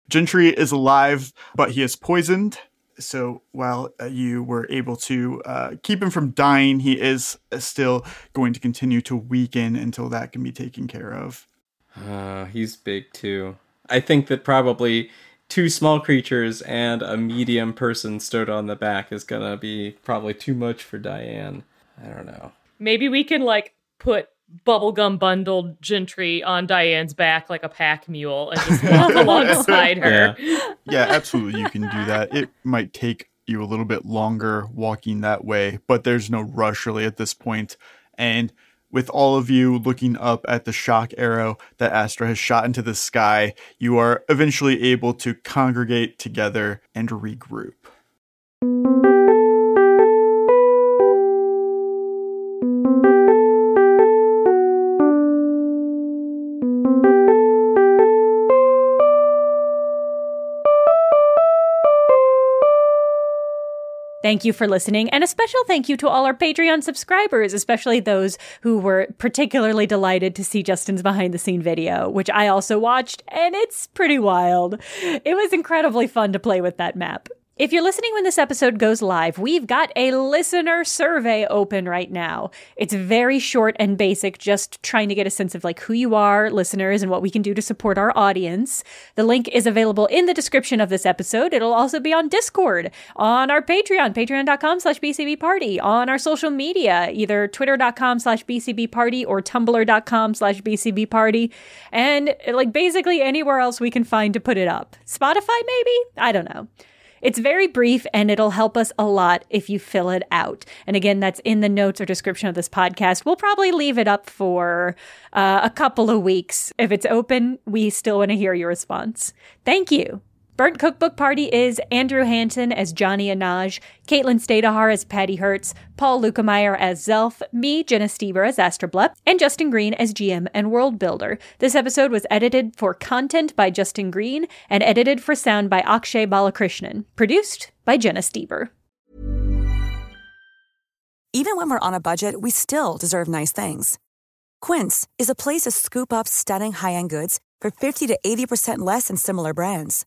[SPEAKER 5] Gentry is alive, but he is poisoned. So while uh, you were able to uh, keep him from dying, he is uh, still going to continue to weaken until that can be taken care of.
[SPEAKER 2] Uh, he's big too. I think that probably two small creatures and a medium person stood on the back is gonna be probably too much for Diane. I don't know.
[SPEAKER 3] Maybe we can like put bubblegum bundled gentry on Diane's back like a pack mule and just walk alongside her.
[SPEAKER 5] Yeah. Yeah, absolutely. You can do that. It might take you a little bit longer walking that way, but there's no rush really at this point. And with all of you looking up at the shock arrow that Astra has shot into the sky, you are eventually able to congregate together and regroup.
[SPEAKER 1] Thank you for listening, and a special thank you to all our Patreon subscribers, especially those who were particularly delighted to see Justin's behind the scene video, which I also watched, and it's pretty wild. It was incredibly fun to play with that map. If you're listening when this episode goes live, we've got a listener survey open right now. It's very short and basic, just trying to get a sense of like who you are, listeners, and what we can do to support our audience. The link is available in the description of this episode. It'll also be on Discord, on our Patreon, patreon.com slash bcbparty, on our social media, either twitter.com slash bcbparty or tumblr.com slash bcbparty, and like basically anywhere else we can find to put it up. Spotify maybe? I don't know. It's very brief and it'll help us a lot if you fill it out. And again, that's in the notes or description of this podcast. We'll probably leave it up for uh, a couple of weeks. If it's open, we still want to hear your response. Thank you. Burnt Cookbook Party is Andrew Hansen as Johnny Anaj, Caitlin Stadahar as Patty Hertz, Paul Lukemeyer as Zelf, me, Jenna Stever as Astroblepp, and Justin Green as GM and World Builder. This episode was edited for content by Justin Green and edited for sound by Akshay Balakrishnan. Produced by Jenna Stever.
[SPEAKER 8] Even when we're on a budget, we still deserve nice things. Quince is a place to scoop up stunning high-end goods for 50 to 80% less than similar brands.